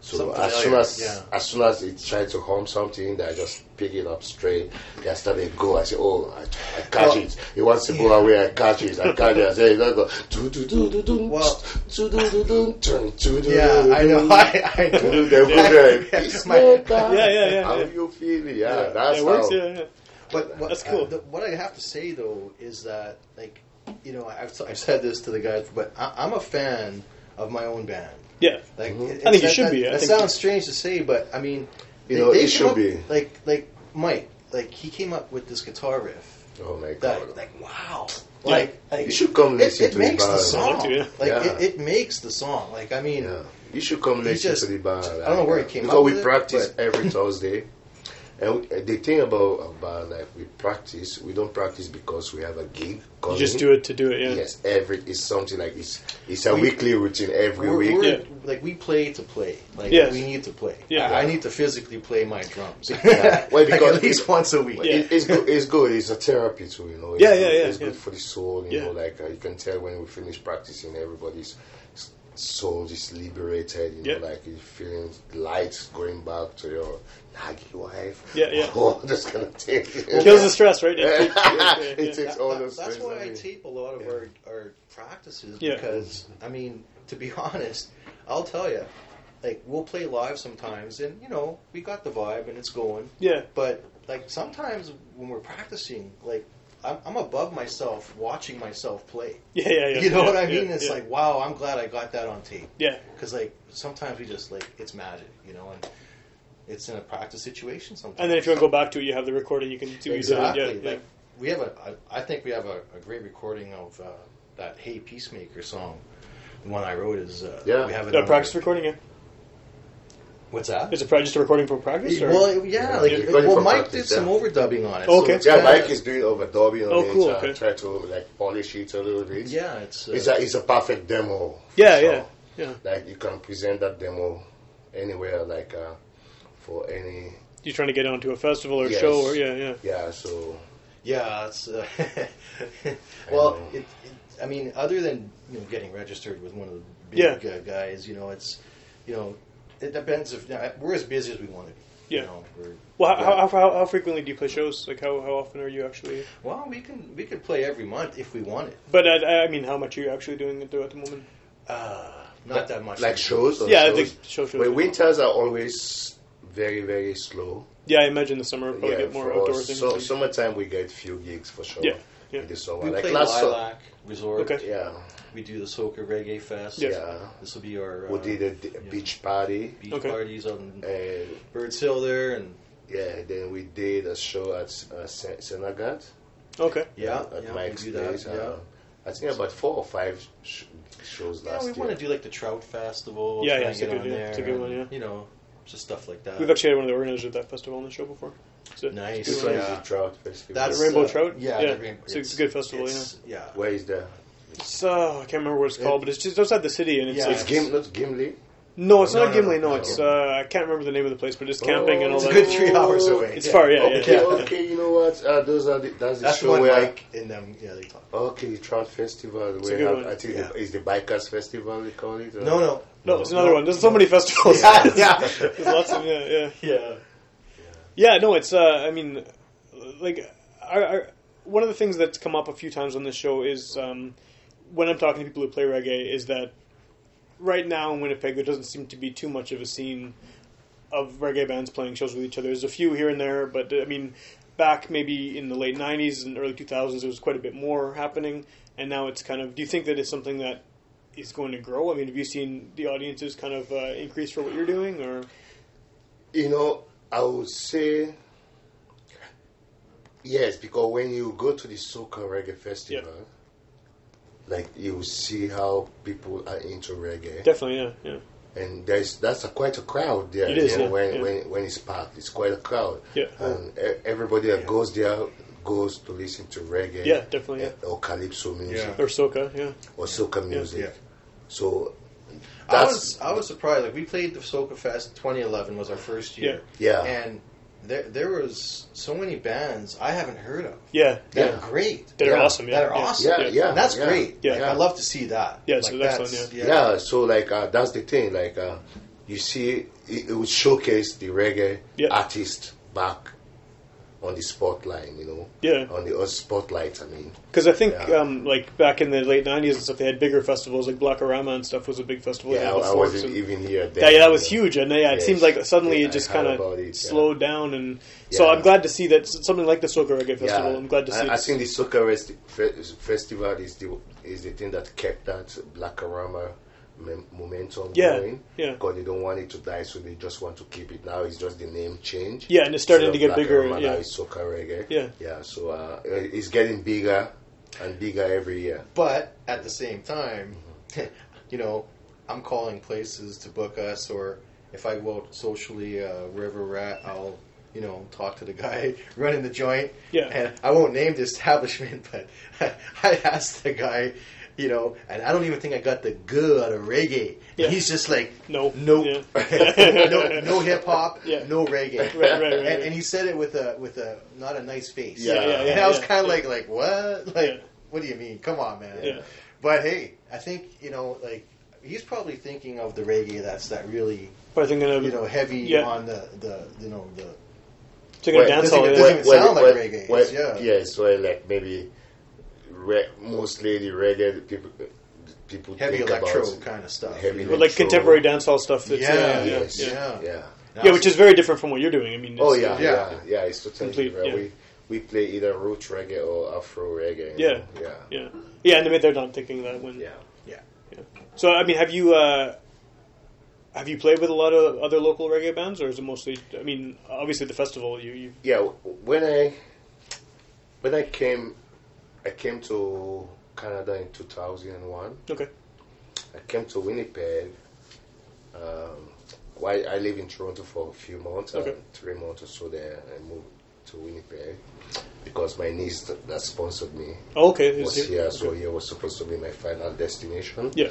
So Something as soon familiar, as yeah. as soon as it tried to hum something, then I just pick it up straight. Then I started go. I say, oh, I, I catch Well, it. It wants to go away. I catch it. I catch it. I say, let go. Do do do do do. Well- do do do do do do do. yeah, I know. I, I Do do know. do do. Yeah, Peacemaker. Yeah, yeah, yeah, How yeah. you feeling? Yeah, Yeah. that's It works. how. Yeah, yeah. But what, That's cool. uh, the, what I have to say though is that, like, you know, I've, I've said this to the guys, but I, I'm a fan of my own band. Yeah. Like, it- Mm-hmm. I think you that- should that- be. I That think- sounds strange to say, but I mean, You know, it came should up- be. Like, like Mike, like he came up with this guitar riff. Oh my that god. like wow Yeah. like, like You should come listen it, it to the makes the band. song I want to, like yeah. it, it makes the song like i mean Yeah. You should come He listen just- to the band. I don't know where he came because up we with it, practice but- every Thursday. And we- the thing about about like we practice, we don't practice because we have a gig. You just do it to do it. Yeah. Yes, every it's something like it's it's a We- weekly routine every we're, week. we're- Yeah. like we play to play like Yes. we need to play Yeah. I, I need to physically play my drums Yeah. Well, Like, because- at least once a week Yeah. It, it's good. It's good. It's a therapy too. You know. It's Yeah, good, yeah, yeah, It's good yeah. for the soul. You Yeah. know, like uh, you can tell when we finish practicing, everybody's s- soul is liberated. You Yeah. know, like you feeling light going back to your naggy wife. Yeah, yeah. Oh, this kind of thing. Kills the stress, right? Yeah. it Yeah. takes That- all that- those that's things why I away. tape a lot of our, our practices Yeah. because I mean, to be honest, I'll tell you, like we'll play live sometimes, and you know we got the vibe and it's going. Yeah. But like sometimes when we're practicing, like I'm, I'm above myself watching myself play. Yeah, yeah, yeah. you know yeah, what I yeah, mean? it's yeah. like wow, I'm glad I got that on tape yeah, because like sometimes we just like it's magic, you know, and it's in a practice situation sometimes. and then if you want to go back to it, you have the recording. You can do it. Exactly. Yeah, yeah. Like we have a, I, I think we have a, a great recording of uh, that "Hey Peacemaker" song. The one I wrote is uh, Yeah. We have it Uh, on- practice recording. Yeah, What's that? is it pra- just a recording for practice? Or? well, yeah. Like, Yeah, recording well, for Mike practice, did some yeah. overdubbing on it. Okay. So it's Yeah, kinda- Mike is doing overdubbing on Oh, it. cool, uh, okay. Try to like polish it a little bit. Yeah, it's. Uh, It's a it's a perfect demo. yeah, So, yeah, yeah. Like you can present that demo anywhere, like uh, for any. You're trying to get onto a festival or a Yes. show, or yeah, yeah. Yeah, so yeah, it's. Uh, well, know. it, it. I mean, other than you know, getting registered with one of the Yeah. big uh, guys, you know, it's, you know, it depends if now, we're as busy as we want to be. Yeah. You know, we're, Well, how, how, how, how frequently do you play shows? Like, how, how often are you actually? well, we can we could play every month if we wanted. But I, I mean, how much are you actually doing at the at the moment? Uh, not that much. like shows. Or Yeah, I shows. think show shows. Well, winters are always very very slow. Yeah, I imagine the summer will probably get more for outdoor us. things. So summertime we get few gigs for sure. Yeah, yeah. In the summer, We like play last summer. Lilac Resort. Okay. Yeah, We do the Soca Reggae Fest. Yeah. yeah. This will be our uh, We did a d- yeah, beach party. beach Okay. parties on And Bird's Hill there, and yeah, then we did a show at uh, Sen- Senagat. okay. yeah, at yeah, Mike's we do that. place. yeah. uh, I think about four or five sh- shows Yeah, last we year. want to do like the Trout Festival. try Yeah, yeah, and it's a get good- on yeah, there. it's a good one, and, yeah. You know, just stuff like that. We've actually had one of the organizers of that festival on the show before. So Uh, Nice. This it's Yeah. one good. is the Trout Festival. That's The Rainbow uh, Trout? Yeah, Yeah. the Rainbow- It's a good festival, it's- yeah. Where is the? So I can't remember what it's called, but it's just outside the city, and it's Yeah. like It's Gim, not Gimli. no, it's No, not no, Gimli. No, no. Oh, it's uh, I can't remember the name of the place, but it's camping and all It's a that. good three hours away. It's far, yeah, yeah. Okay, Yeah. okay. You know what? Uh, those are the, that's the That's show one where like in them. Yeah, they talk. okay, the Trout Festival. a where good have- one. I think Yeah. the, is the Bikers Festival they call it. or- No, no, No, it's another one. There's so many festivals. yeah, There's lots of yeah, yeah. yeah. Yeah, no, it's. Uh, I mean, like, I, I, one of the things that's come up a few times on this show is um, when I'm talking to people who play reggae is that right now in Winnipeg there doesn't seem to be too much of a scene of reggae bands playing shows with each other. There's a few here and there, but I mean, back maybe in the late '90s and early 2000s, there was quite a bit more happening, and now it's kind of. Do you think that it's something that is going to grow? I mean, have you seen the audiences kind of uh, increase for what you're doing, or You know, I would say yes because when you go to the Soca Reggae Festival, like you see how people are into reggae. definitely, yeah, yeah. and there's that's a, quite a crowd there. It is, you know, yeah, when, yeah. when when it's packed, it's quite a crowd. Yeah. and e- everybody that goes there goes to listen to reggae. Yeah, definitely, eh, or calypso music Yeah. Or soca, yeah. or soca music. Yeah. So I that's was uh, I was surprised. Like we played the Soca Fest 2011 was our first year. Yeah. Yeah. And there there was so many bands I haven't heard of Yeah. that Yeah. are great. That are Yeah. awesome. Yeah. That are yeah. awesome. yeah, yeah, Yeah. And that's great. Yeah. Like, I love to see that. Yeah, Like, so that's one, Yeah. so like uh, that's the thing. Like uh, you see, it, it would showcase the reggae Yeah. artist back on the spotlight. You know, Yeah. on the uh, spotlight. I mean, Because I think, Yeah. um, like, back in the late 90s and stuff, they had bigger festivals, like Blackorama and stuff was a big festival. They yeah, I, had the I forts wasn't and- even here. Then, Yeah, yeah, that was you know. huge, and yeah, it Yeah, seems like suddenly yeah, it just I heard kind about of it, yeah. slowed down, and so Yeah. I'm glad to see that s- something like the Soca Reggae Yeah, Festival. I'm glad to I, see. I it. think the soccer rest, fe- festival is the is the thing that kept that Blackarama mem- momentum Yeah, going. yeah. Because they don't want it to die, so they just want to keep it. Now it's just the name change. Yeah, and it's starting to Instead get of bigger, Blackarama, yeah. now it's soccer reggae. Yeah. yeah. So uh, it- it's getting bigger and bigger every year. But at the same time, you know, I'm calling places to book us, or if I go out socially, uh, wherever we're at, I'll, you know, talk to the guy running the joint. Yeah. And I won't name the establishment, but I asked the guy, you know, and I don't even think I got the good out of reggae. Yeah. He's just like, No. nope. Yeah. no, no hip hop, Yeah. no reggae. Right, right, right, And, right. and he said it with a with a not a nice face. Yeah, yeah, And I was yeah, kind of yeah. like, like what? Like, Yeah. what do you mean? Come on, man. Yeah. But hey, I think you know, like he's probably thinking of the reggae that's that really Probably thinking of you know heavy Yeah. on the the you know the thinking of Wait, dance doesn't hall, it- yeah. doesn't it- Well, sound like well, reggae, well, yeah. Yes, well, like maybe re- mostly the reggae that people people heavy think electro about kind of stuff. heavy you know? But, like Electro. contemporary dance hall stuff. That's, Yeah, yeah, yeah, Yes, yeah. yeah. yeah. Yeah, which is very different from what you're doing. I mean, it's, Oh yeah, Yeah. yeah, yeah, It's totally Complete, different. yeah. We we play either roots reggae or Afro reggae. Yeah. yeah, yeah, yeah, and they're not thinking that when yeah. yeah. So I mean, have you uh, have you played with a lot of other local reggae bands, or is it mostly? I mean, obviously the festival. You, you Yeah, w- When I when I came, I came to Canada in two thousand and one. okay? I came to Winnipeg. Um, why I lived in Toronto for a few months, Okay. uh, three months or so there. I moved to Winnipeg because my niece that, that sponsored me Oh, okay, it's was here, so Okay. here was supposed to be my final destination. yeah,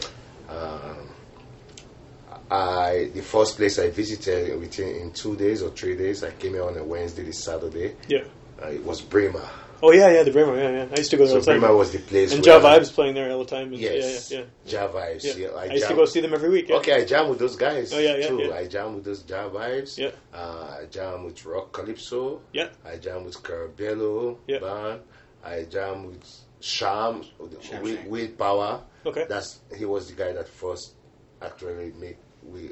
I the first place I visited within in two days or three days. I came here on a Wednesday, this Saturday. yeah. Uh, it was Bremer. Oh yeah, yeah, the Bremer. Yeah, yeah. I used to go there So all the time. Bremer was the place. and where- Ja Vibes playing there all the time. It's- Yes. yeah, yeah, Ja Vibes. yeah. Yeah, I, I, used to jam- go see them every week. Yeah. Okay, I jam with those guys. Oh, yeah, yeah, True. yeah. I jam with those Ja Vibes. Yeah. Uh, I jam with Rock Calypso. Yeah. I jam with Carabello Yeah. Band. I jam with Sham, Shank. with, with Power. Okay. That's he was the guy that first actually made we.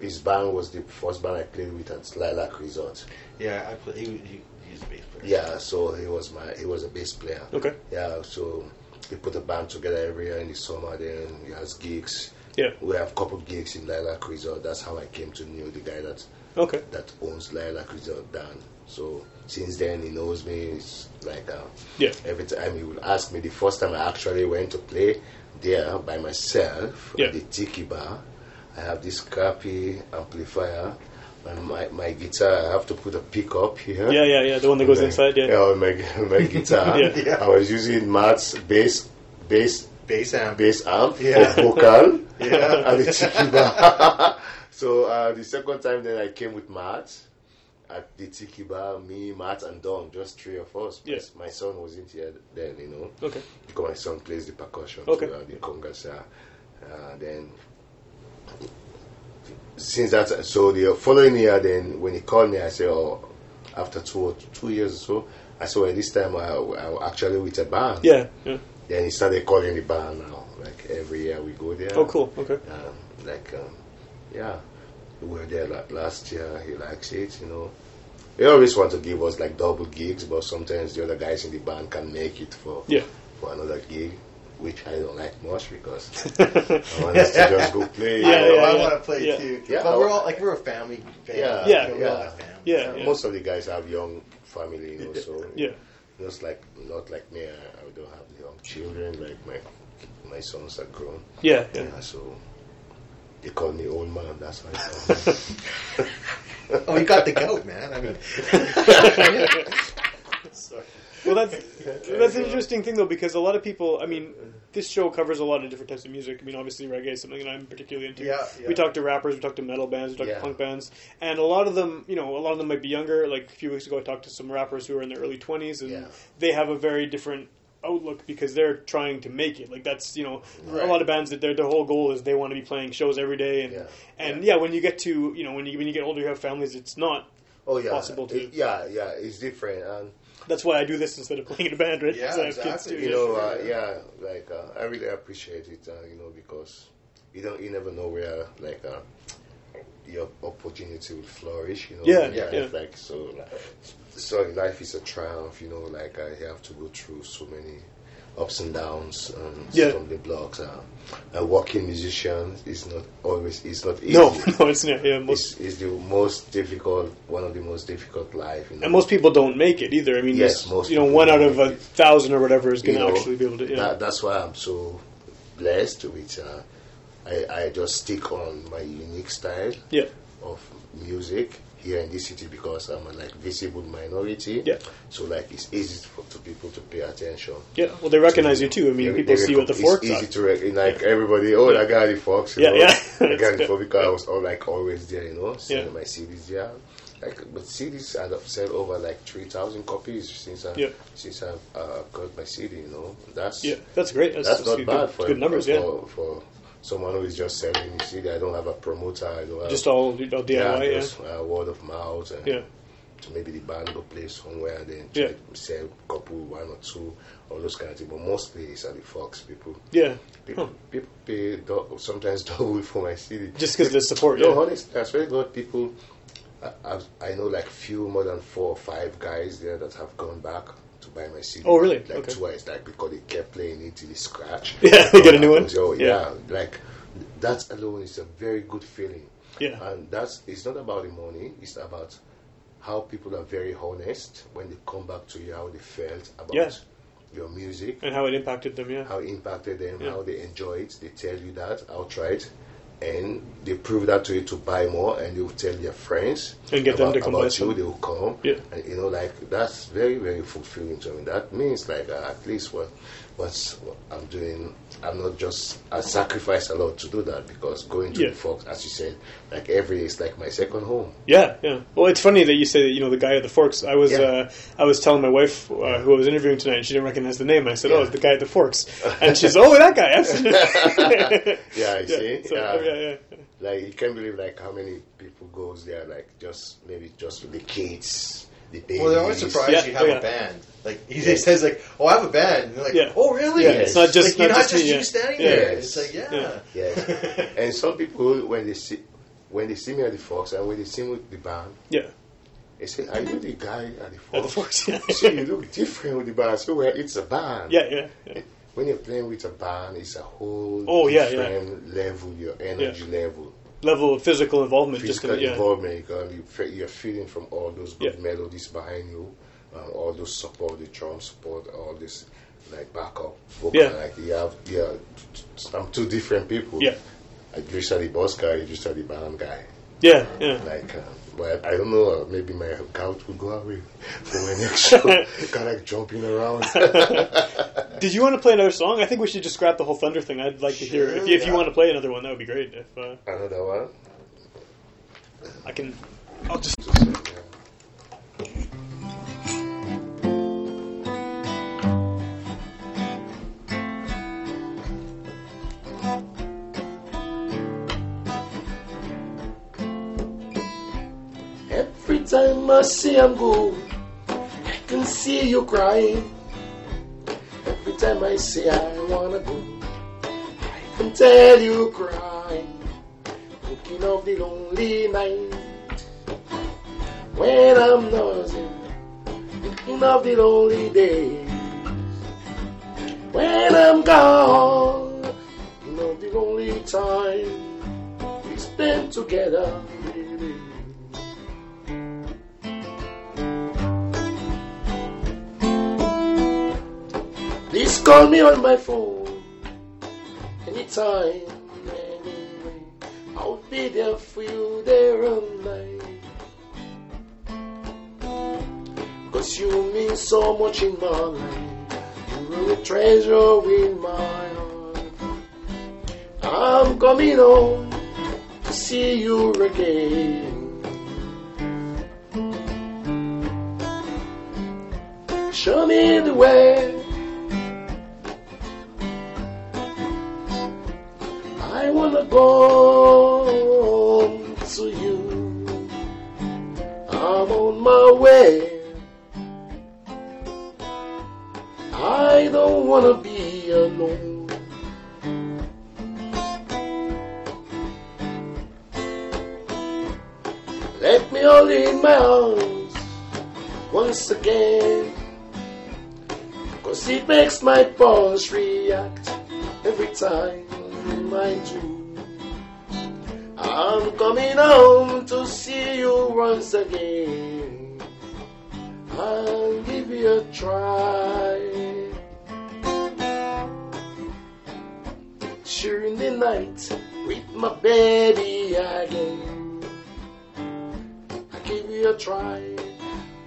His band was the first band I played with at Lilac Resort. Yeah, I play. He, he, he's a bass player. Yeah, so he was my he was a bass player. Okay. Yeah, so we put a band together every year in the summer. Then he has gigs. Yeah. We have a couple gigs in Lilac Resort. That's how I came to know the guy that Okay. that owns Lilac Resort, Dan. So since then he knows me. It's like uh, Yeah. every time he would ask me. The first time I actually went to play there by myself Yeah. at the Tiki Bar, I have this crappy amplifier. And my, my guitar, I have to put a pick up here. Yeah, yeah, yeah. The one that goes my, inside. Yeah. on my, on my guitar. Yeah. Yeah. I was using Matt's bass, bass, Bass amp. bass amp Yeah. for vocal Yeah. and the tiki bar. so uh, the second time, then I came with Matt at the tiki bar. Me, Matt, and Don, just three of us. Yeah. My son wasn't here then, you know Okay. because my son plays the percussion Okay. too, uh, the congas. Uh, uh, then since that, so the following year, then when he called me, I said, "Oh, after two or two years or so." I said, well, this time I, I was actually with a band. Yeah. Yeah. Then he started calling the band now. Like every year we go there. Oh, cool. Okay. Um, like, um, yeah, we were there like, last year. He likes it, you know. They always want to give us like double gigs, but sometimes the other guys in the band can make it for Yeah. for another gig, which I don't like much because I want us to just go play. you know. I, yeah, want yeah. to play Yeah. too. Yeah. But we're all like we're a family. family. Yeah, You know, yeah. we're all a family. Yeah. Yeah. Most of the guys have young family, you know, so Yeah. just like not like me, I, I don't have young children. Like my my sons are grown, Yeah. Yeah. yeah, so they call me old man. That's why. I call Oh, you got the goat, man. I mean, Well, that's that's an interesting thing though because a lot of people. I mean, this show covers a lot of different types of music. I mean, obviously reggae is something that I'm particularly into. Yeah, yeah. We talk to rappers, we talk to metal bands, we talk Yeah. to punk bands, and a lot of them, you know, a lot of them might be younger. Like a few weeks ago, I talked to some rappers who are in their early 20s, and Yeah. they have a very different outlook because they're trying to make it. Like that's you know, a Right. lot of bands that their their whole goal is they want to be playing shows every day, and Yeah. and yeah. when you get to you know when you when you get older, you have families. It's not. oh yeah, Possible to- yeah, yeah. It's different, and That's why I do this instead of playing in a band, right? Yeah, Because I have kids exactly. too, you yeah. know, uh, yeah, like uh, I really appreciate it, uh, you know, because you don't, you never know where like uh, your opportunity will flourish, you know. Yeah, in yeah, life, yeah. Like so, like, so life is a triumph, you know. Like I have to go through so many ups and downs and Yeah. stumbling blocks. Uh, a working musician is not always, it's not easy. No, no, it's not. Yeah, most It's, it's the most difficult, one of the most difficult life. You know? And most people don't make it either. I mean, Yes, yes, most you know, people one out don't of make a it. thousand or whatever is going you to know, actually be able to. Yeah. that, that's why I'm so blessed with. Uh, I, I just stick on my unique style yeah, of music here in this city because I'm a like visible minority. Yeah. So like it's easy for to people to pay attention. yeah. Well, they recognize you too. I mean, They- people they see what the recog- forks It's are. easy to rec- like everybody. Oh, that guy the fox. You Yeah, know? yeah. That guy the Yeah. fox because I was all like always there. You know, selling Yeah. my CDs there. Like, but CDs I've sold over like three thousand copies since I Yeah. since I've uh, got my CD. You know, that's yeah, that's great. That's, that's not good, bad good, for good numbers. Yeah, for, for someone who is just selling. You see, I don't have a promoter. I don't have just all, all DIY. Yeah, just, uh, word of mouth. And Yeah. Maybe the band go play somewhere and then Yeah. try to sell couple one or two all those kind of things. But mostly it's at the Fox people. yeah. People, people pay dou- sometimes double for my CD. Just because the support. No, Yeah. honestly, I swear to God, people. I, I've- I know like few more than four or five guys there that have gone back to buy my CD. Oh, really? Like Okay. twice, like because they kept playing it till they scratch. Yeah, they get a new one? So yeah, Yeah. like that alone is a very good feeling. Yeah. and that's it's not about the money. It's about how people are very honest when they come back to you, how they felt about Yeah. your music And how it impacted them. Yeah. how it impacted them, Yeah. how they enjoy it. They tell you that outright, and they prove that to you to buy more, and they will tell their friends And get them about, to come about buy you. some. They will come, Yeah. and you know, like that's very very fulfilling to me. That means like uh, at least what what's what I'm doing. I'm not just I sacrifice a lot to do that because going to Yeah. the Fox, as you said, like every day is like my second home. Yeah, yeah. Well, it's funny that you say that. You know, the guy at the forks. I was, Yeah. uh, I was telling my wife uh, who I was interviewing tonight, and she didn't recognize the name. And I said, "Oh, it's the guy at the forks," and she's, "Oh, that guy." I've seen him." Yeah, you see, Uh, so, Yeah. yeah, yeah. Like you can't believe like how many people goes there. Like just maybe just for the kids, the babies. well, they're always surprised Yeah, you have yeah. a band. Like he says, like, "Oh, I have a band." And they're like, Yeah. "Oh, really?" Yeah, it's not like, just- you're not not just, just me, you yeah. standing Yeah. there. It's like, yeah, Yeah. Yes. and some people when they see when they see me at the Fox and when they see me with the band, Yeah, they say, "Are you the guy at the at the Fox?" forks. Yeah, you see, you look different with the band. So well, it's a band. yeah, yeah. yeah. When you're playing with a band, it's a whole Oh, yeah, yeah. different level. Your energy level, Level of physical involvement. physical just in, yeah. involvement. you can- you fe- You're feeling from all those good Yeah. melodies behind you, um, all those support, the drum support, all this like backup vocal. Yeah. Like you have, yeah, I'm two different people. Yeah, Idrissa the boss guy, Idrissa the band guy. yeah, yeah. Like, um, But I don't know. uh, Maybe my gout will go away for my next show. Kind of jumping around. Did you want to play another song? I think we should just scrap the whole Thunder thing. I'd like to hear if you, if you yeah. want to play another one. That would be great. If uh, Another one. I can, I'll just. Every time I see him go, I can see you crying. Every time I say I wanna go, I can tell you crying. Thinking of the lonely night when I'm noisy. Thinking of the lonely days when I'm gone. Thinking of the lonely time we spent together. baby. Please call me on my phone anytime, anyway. I'll be there for you there all night. Cause you mean so much in my life. You're a treasure in my heart. I'm coming home to see you again. Show me the way. I wanna go home to you. I'm on my way. I don't wanna be alone. Let me hold you in my arms once again. Cause it makes my pulse react every time I do. I'm coming home to see you once again. I'll give you a try. During the night with my baby again. I'll give you a try.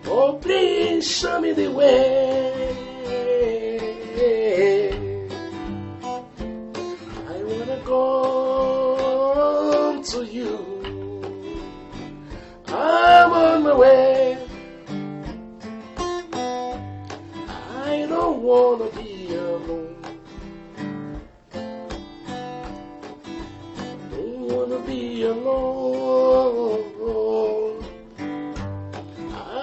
Oh, please show me the way. I wanna go to you. I'm on my way. I don't wanna be alone. Don't wanna be alone.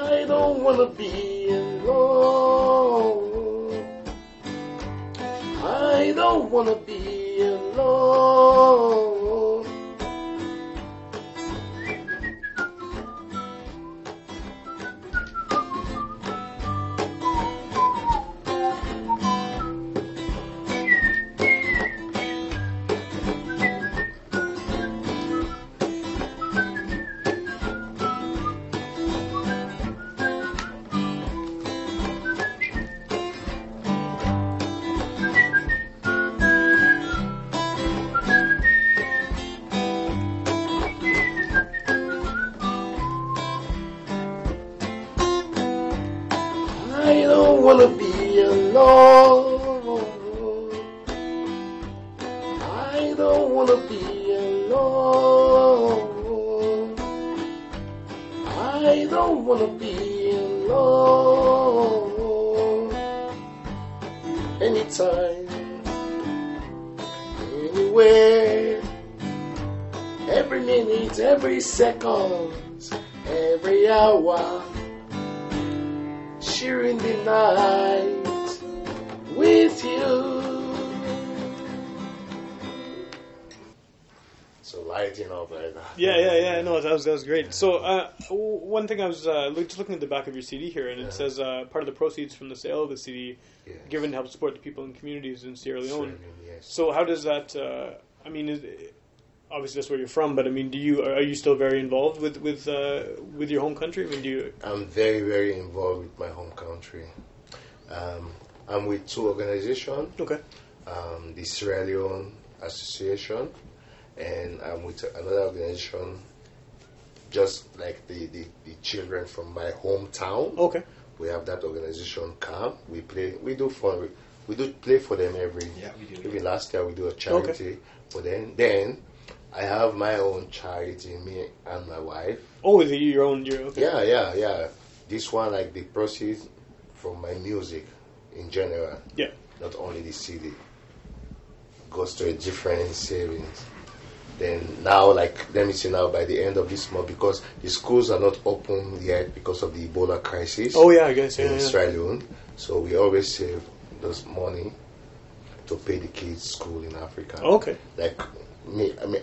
I don't wanna be alone. I don't wanna be alone. I don't wanna be alone. I don't wanna be alone. I don't wanna be alone. Anytime, anywhere, every minute, every second, every hour cheering the night with you. So lighting up like that. Yeah, yeah, yeah. No, that was that was great. So uh, w- one thing I was uh, look- just looking at the back of your CD here, and it says uh, part of the proceeds from the sale of the CD, Yes. given to help support the people and communities in Sierra Leone. Certainly, yes. So how does that? Uh, I mean, is, obviously that's where you're from, but I mean, do you are you still very involved with with uh, with your home country? I mean, do you? I'm very, very involved with my home country. Um, I'm with two organizations, Okay. um, the Sierra Leone Association, and I'm with another organization, just like the, the, the children from my hometown. Okay. We have that organization come. We play. We do for we do play for them every. Yeah, we do, Even last year we do a charity for them. Then I have my own charity, me and my wife. Oh, is it your own? Your, okay. Yeah, yeah, yeah. This one like the proceeds from my music in general, Yeah. not only the CD, goes to a different savings. Then now, like let me see now by the end of this month because the schools are not open yet because of the Ebola crisis Oh, yeah, I guess. Yeah, in yeah. Sierra Leone. So we always save those money to pay the kids school in Africa. Okay. Like me, I mean,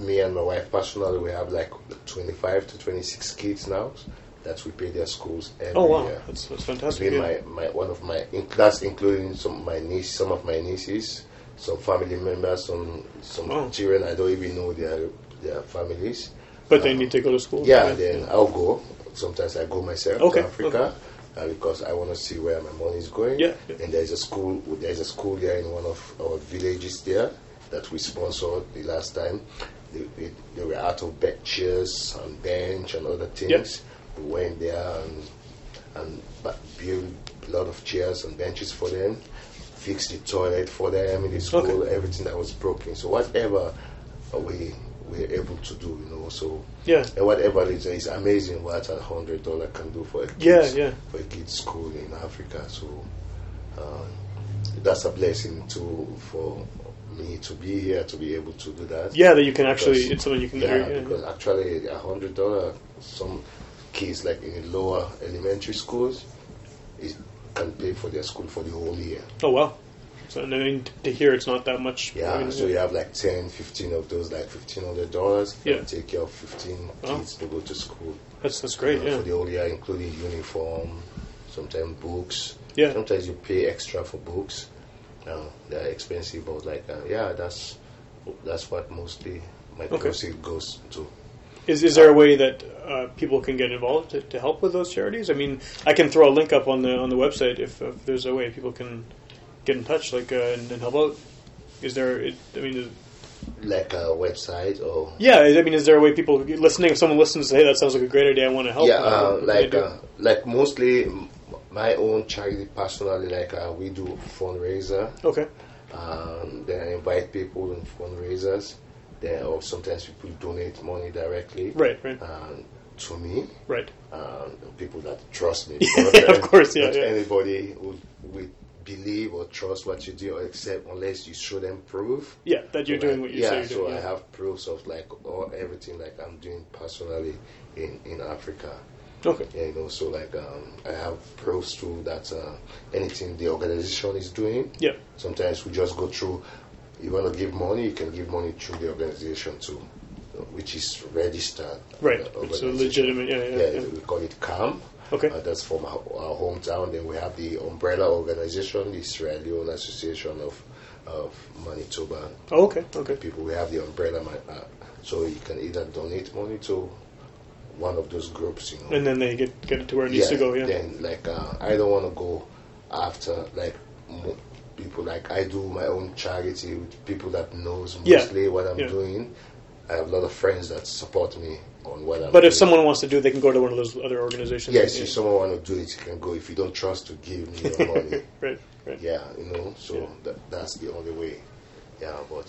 me and my wife personally, we have like 25 to 26 kids now that we pay their schools every Oh, wow. year. That's, that's fantastic. Between Yeah. my, my one of my in class, including some of my niece, some of my nieces, some family members, some some Wow. children I don't even know their their families. but they need to go to school. Yeah, then I'll go. Sometimes I go myself Okay, to Africa uh, because I want to see where my money is going. Yeah, yeah. And there's a school. There's a school there in one of our villages there that we sponsored the last time. They, they, they were out of be- chairs and bench and other things. We went there and and ba- build a lot of chairs and benches for them. Fix the toilet for them in the school. Everything that was broken. So whatever uh, we we're able to do, you know. So Yeah. and whatever it is, it's amazing what a hundred dollar can do for a Yeah, kid's, yeah. for a kid's school in Africa. So um, that's a blessing to for me to be here to be able to do that. Yeah, that you can actually, Because- it's something you can yeah, do. Yeah, because actually a hundred dollar some kids like in the lower elementary schools is, can pay for their school for the whole year. Oh, wow. So, and I mean, t- to hear it's not that much. Yeah, I mean, so you have like 10, 15 of those, like $1,500. Yeah. Take care of 15 Wow. kids to go to school. That's, that's great, you know, yeah. for the whole year, including uniform, sometimes books. Yeah. Sometimes you pay extra for books. Uh, they're expensive, but like, uh, yeah, that's that's what mostly my Okay. proceeds goes to. Is, is there a way that uh, people can get involved to, to help with those charities? I mean, I can throw a link up on the on the website if, if there's a way people can get in touch, like uh, and, and help out. Is there? It, I mean, is, Like a website or yeah. I mean, is there a way people listening? If someone listens, hey, that sounds like a great idea. I want to help. yeah, uh, uh, what can I like do? uh, like mostly m- my own charity personally. Like uh, we do fundraiser. okay, um, then I invite people in fundraisers. Then, or sometimes people donate money directly right, right, um, to me. right. Um, people that trust me. Yeah, of course, yeah, Not yeah. anybody would, would believe or trust what you do, except unless you show them proof. Yeah, that you're So, like, doing what you yeah, say you're so doing. I have proofs of like all everything like I'm doing personally in in Africa. okay, Yeah, you know, so like um, I have proofs too that uh, anything the organization is doing, yeah, Sometimes we just go through. You want to give money, you can give money through the organization too, which is registered. right. uh, It's a organization. legitimate. Yeah, yeah. Yeah, yeah. we call it CAM. Okay. Uh, that's from our, our hometown. Then we have the umbrella organization, the Sierra Leone Association of of Manitoba Oh, okay, okay. people. We have the umbrella, ma- uh, so you can either donate money to one of those groups, you know And then they get get it to where it needs to go. Yeah, then like uh, I don't want to go after like mo- people like I do my own charity with people that knows Yeah. mostly what I'm Yeah. doing. I have a lot of friends that support me on what I'm. but if doing. someone wants to do, it, they can go to one of those other organizations. yes, Yeah. if someone want to do it, you can go. If you don't trust to give me your money, right, right. yeah, you know. So Yeah. that, that's the only way. Yeah, but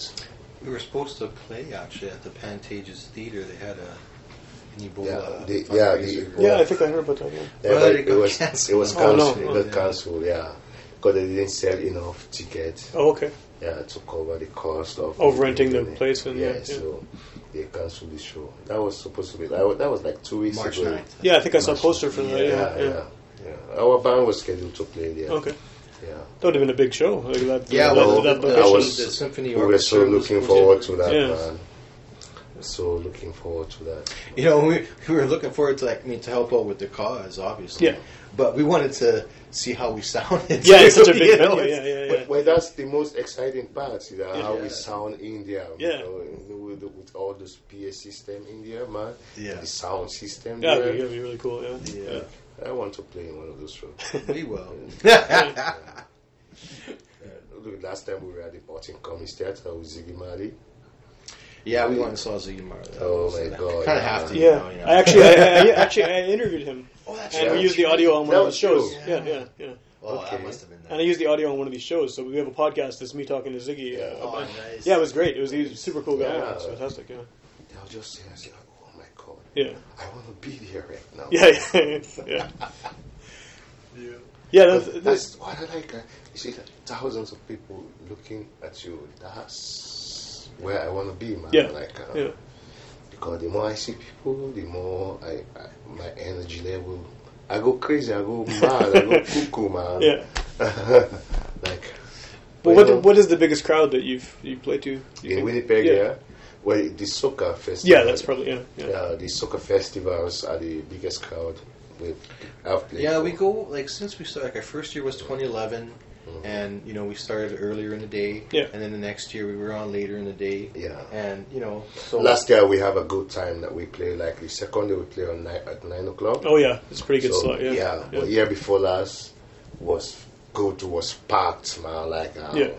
We were supposed to play actually at the Pantages Theater. They had a an Ebola. Yeah, they- yeah, they- Oh, fundraiser. Yeah, I think I heard about that. Yeah. Yeah, Well, but it it, got was cancelled. it was Oh, no. cancelled. Oh, It yeah. got cancelled. Yeah, because they didn't sell enough tickets. Oh, okay. yeah, to cover the cost of Of renting the building it. place and- yeah, yeah. so they canceled the show. That was supposed to be that was, that was like two weeks March ago. 9th. Yeah, I think I saw a poster for that. Yeah, Oh, Yeah, yeah, yeah, Our band was scheduled to play there. Okay, Yeah. that would have been a big show. Like that, Yeah, that, well, that I location. was- the symphony we were orchestra so was- looking was forward to in- that Yeah. man. So looking forward to that. You know, we, we were looking forward to like, I mean, to help out with the cause, obviously. Yeah. But we wanted to see how we sounded. Yeah, it's such a too, big you know, venue. Yeah, it's- yeah, yeah. But, well, that's the most exciting part, you know, how Yeah. we sound in there. Yeah. You know, in- with, with all those PA system in there, man. Yeah. The sound system. Yeah, there. that'd be, that'd be really cool. Yeah. Yeah. I want to play in one of those shows. We will. Look, last time we were at the Potting Commons Theatre with Ziggy Marley. Yeah, we went and saw Zigmar. Oh, my God, Kind of yeah. have to. Yeah, now, you know. I actually, I, I, I- actually, I interviewed him, Oh, that's and right. we used the audio on one That of the was shows. true. Yeah, yeah, yeah. Oh, Okay. that must have been. And I used the audio on one of these shows, so we have a podcast. That's me talking to Ziggy. Uh, Oh, about- nice. Yeah, it was great. It was, he was a super cool guy. Yeah. It was fantastic. Yeah, I was just saying, I said, oh my god, yeah, I want to be there right now. yeah, yeah, yeah. yeah that's, But that's, that's what I like. uh, You see, that thousands of people looking at you. That's where I want to be, man. Yeah. Like, uh, yeah, because the more I see people, the more I, I my energy level. I go crazy. I go mad. I go cuckoo, man. yeah. like But you what, know, what is the biggest crowd that you've you played to? do you in think? Winnipeg? Yeah. Yeah. Well, the soccer festival. Yeah, that's probably yeah, yeah. Yeah, uh, the soccer festivals are the biggest crowd with I've played. Yeah, we for. go like since we started. Like our first year was 2011, Mm-hmm. and you know we started earlier in the day. Yeah. And then the next year we were on later in the day. Yeah. And you know so Last year we have a good time that we play. Like the second day we play on nine, at nine o'clock. Oh yeah, it's a pretty good So, slot. Yeah, well, year before last was good. Was packed, man. Like um, Yeah.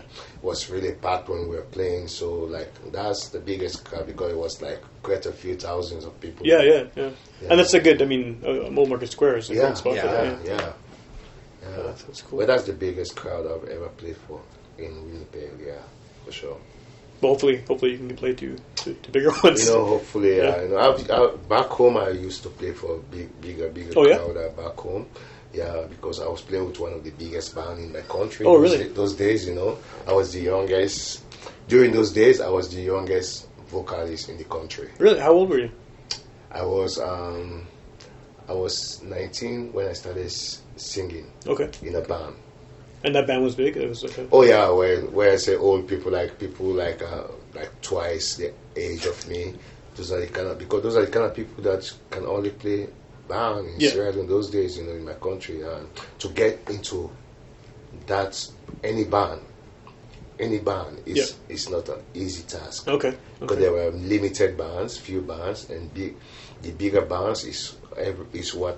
was really packed when we were playing. So like that's the biggest crowd because it was like quite a few thousands of people. Yeah, yeah, yeah. Yeah. And that's a good. I mean, uh, Mole Market Square is a yeah, great spot for yeah, that. yeah. yeah. Yeah, that's- that's cool. Well, that's the biggest crowd I've ever played for in Winnipeg. Yeah, for sure. But hopefully, hopefully you can play to to, to bigger ones. You know, hopefully, Yeah. uh, you know, I've, i back home I used to play for a big, bigger, bigger Oh, yeah? crowd uh, back home. Yeah, because I was playing with one of the biggest band in my country. Oh, Those really? da- Those, days, you know, I was the youngest. During those days, I was the youngest vocalist in the country. Really? How old were you? I was, um, I was 19 when I started s- singing Okay. in a band. And that band was big. It was okay. Oh yeah, where where I say old people like people like uh, like twice the age of me. Those are the kind of because those are the kind of people that can only play band in Yeah. Sierra Leone those days, you know, in my country. And to get into that any band, any band is Yeah. is not an easy task Okay. because okay. there were limited bands, few bands, and big. The bigger bands is every, is what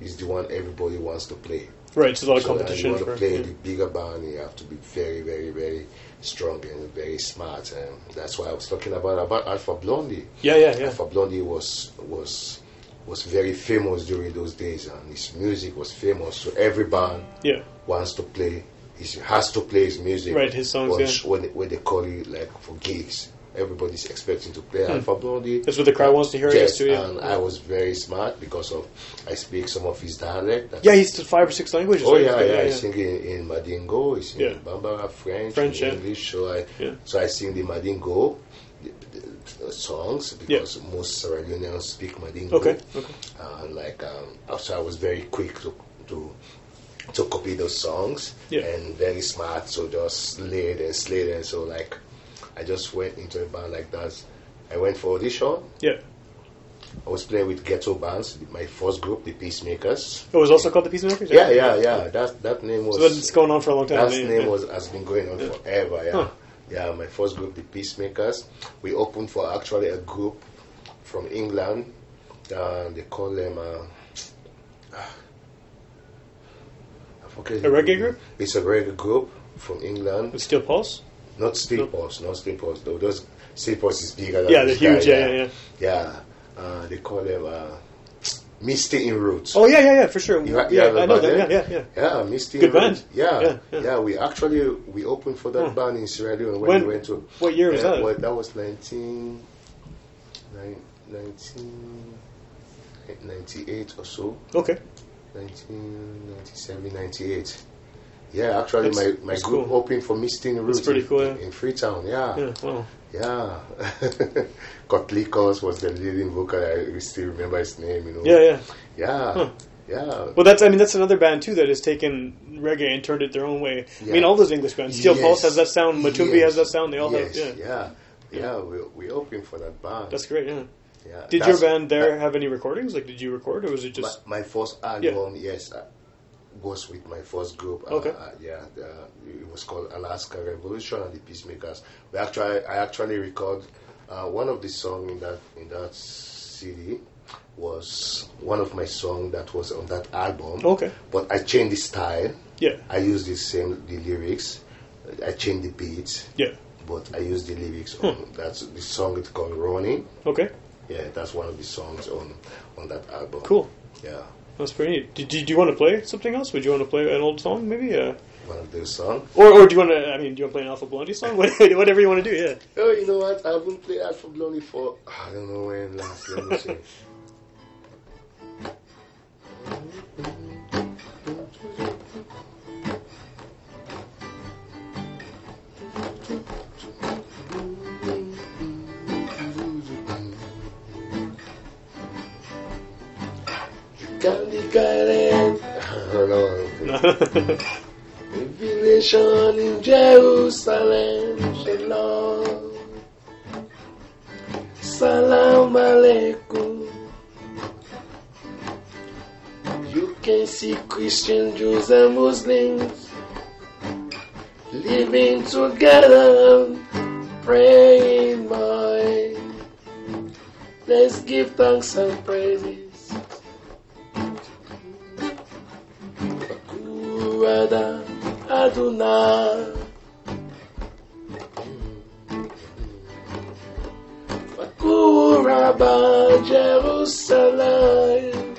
is the one everybody wants to play Right. It's a lot of so that you competition want to for. play yeah. the bigger band, you have to be very, very, very strong and very smart. And that's why I was talking about about Alpha Blondie. yeah, yeah, yeah. Alpha Blondie was was was very famous during those days, and his music was famous. So every band Yeah. wants to play. He has to play his music. Right, his songs, When, yeah. when, they, when they call you like for gigs, everybody's expecting to play Alpha Blondie. Hmm. That's what the crowd wants to hear, I Yes, guess, too, yeah. and I was very smart because of I speak some of his dialect. Yeah, he's to five or six languages. Oh right? yeah, yeah, I sing in, in Madingo, I sing Yeah. in Bambara French, French, yeah. in English. So I Yeah. so I sing the Madingo the, the, the songs because most Sierra Leoneans speak Madingo. Okay, okay. Uh, like um, also I was very quick to to to copy those songs Yeah. and very smart. So just laid and slayed and so like I just went into a band like that. I went for audition. Yeah. I was playing with ghetto bands, my first group, the Peacemakers. It was also called the Peacemakers. Yeah, yeah, yeah. That that name was So that's going on for a long time. that yeah, name yeah. was has been going on forever. Yeah, yeah. My first group, the Peacemakers, we opened for actually a group from England. Uh, they call them. Uh, I forget. A the reggae name. group? It's a reggae group from England. With Steel Pulse. Not Steel Pulse, not Steel Pulse. Though those Steel Pulse is bigger. Than Yeah, they're this huge. guy, Yeah, yeah, yeah. yeah. Uh, they call them uh, Misty in Roots. Oh yeah, yeah, yeah, for sure. You ha- you yeah, have a I know band them. Yeah, there? yeah, Yeah, yeah. Misty. Good and Roots. band. Yeah Yeah, yeah, yeah. We actually we opened for that Huh. band in Sierra Leone when, When- we went to. what year was yeah, that? Well, that was 19, nine- 19 98 or so, Okay. 1997, 98. Yeah, actually, That's- my, my that's group cool. opened for Misty and Roots pretty in, cool, yeah. in Freetown. Yeah. Wow. Yeah, Kotlikos was the leading vocal. I still remember his name. You know. Yeah, yeah. Yeah. Huh. Yeah. Well, that's I mean that's another band too that has taken reggae and turned it their own way. I mean Yeah. all those English bands. Steel Yes. Pulse has that sound. Matumbi Yes. has that sound. They all yes. have. Yeah. Yeah. Yeah. We we open for that band. That's great. Yeah. yeah. Did That's- your band there that- have any recordings? Like, did you record, or was it just? my, my first album? Yes. I, was with my first group. Uh, Okay. uh, yeah, the, it was called Alaska Revolution and the Peacemakers. We actually, I actually record uh, one of the songs in that in that CD was one of my songs that was on that album. Okay. But I changed the style. Yeah, I used the same the lyrics. I changed the beats. yeah, but I use the lyrics on Hmm. that's the song it's called Ronnie. Okay, Yeah, that's one of the songs on on that album. cool. Yeah, That's pretty neat. Do, do, do you want to play something else? Would you want to play an old song, maybe? Uh, one of those songs. or, or do you want to? I mean, do you want to play an Alpha Blondie song? Whatever you want to do. Yeah. Oh, you know what? I haven't played Alpha Blondie for I don't know when last. Let me see. Candy Garden. Hold on. Revelation in Jerusalem, Shalom. Salam Aleikum. You can see Christian, Jews, and Muslims living together, praying mind. Let's give thanks and praises. Kurada Aduna. Kuraba Jerusalem.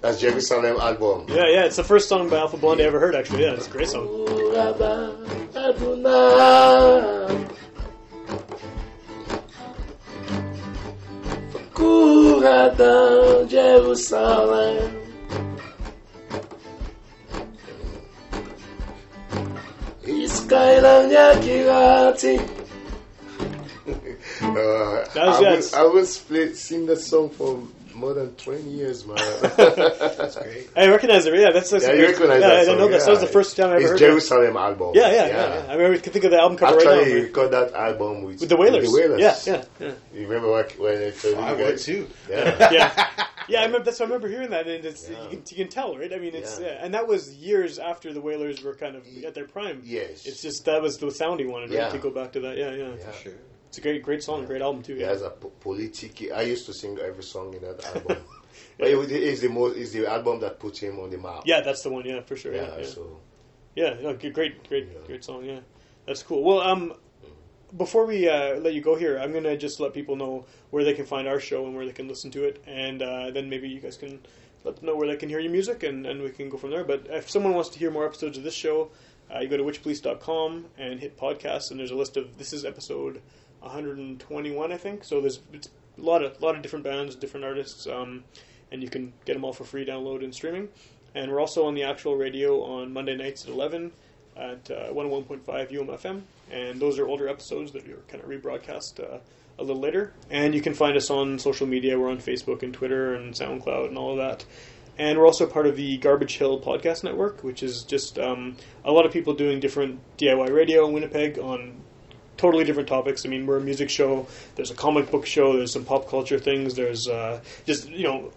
That's Jerusalem album. Yeah, yeah. It's the first song by Alpha Blondie I ever heard. Actually, yeah, it's a great song. Kuraba Aduna. Kurada Jerusalem. Iskaila Nyakirati. Uh, That I was- that's- was, I was play, sing that song for more than 20 years, man. That's great. I recognize it. Yeah, that's, that's Yeah, a you great- recognize yeah, that I song. know that. yeah. That was the first time I ever it's heard it. Jerusalem album. Yeah, yeah, yeah, yeah. I mean, we can think of the album cover Actually, right now. you record that album with, With the Wailers. With the Wailers. Yeah, yeah, yeah. You remember what, when I told I you would guys? too. Yeah. yeah, yeah. I remember, that's what I remember hearing that, and it's you, can, you can tell, right? I mean, it's Yeah. yeah. and that was years after the Whalers were kind of at their prime. Yes. it's just that was the sound he wanted right? Yeah. to go back to that. Yeah, yeah, Yeah. Sure. It's a great, great song, great album too. He Yeah, has a po- politiki. I used to sing every song in that album. But it was- it's the most. It's the album that put him on the map. yeah, that's the one. Yeah, for sure. Yeah. Yeah, yeah. So Yeah, no, g- great, great, Yeah. great song. Yeah, that's cool. Well, um, before we uh, let you go here, I'm gonna just let people know where they can find our show and where they can listen to it, and uh, then maybe you guys can let them know where they can hear your music, and, and we can go from there. But if someone wants to hear more episodes of this show, uh, you go to witchpolice.com and hit podcasts, and there's a list of this is episode 121, I think. So there's it's a lot of lot of different bands, different artists. Um, and you can get them all for free download and streaming. And we're also on the actual radio on Monday nights at 11 at uh, 101.5 UMFM. And those are older episodes that are kind of rebroadcast uh, a little later. And you can find us on social media. We're on Facebook and Twitter and SoundCloud and all of that. And we're also part of the Garbage Hill Podcast Network, which is just um, a lot of people doing different DIY radio in Winnipeg on totally different topics. I mean, we're a music show. There's a comic book show. There's some pop culture things. There's uh, just you know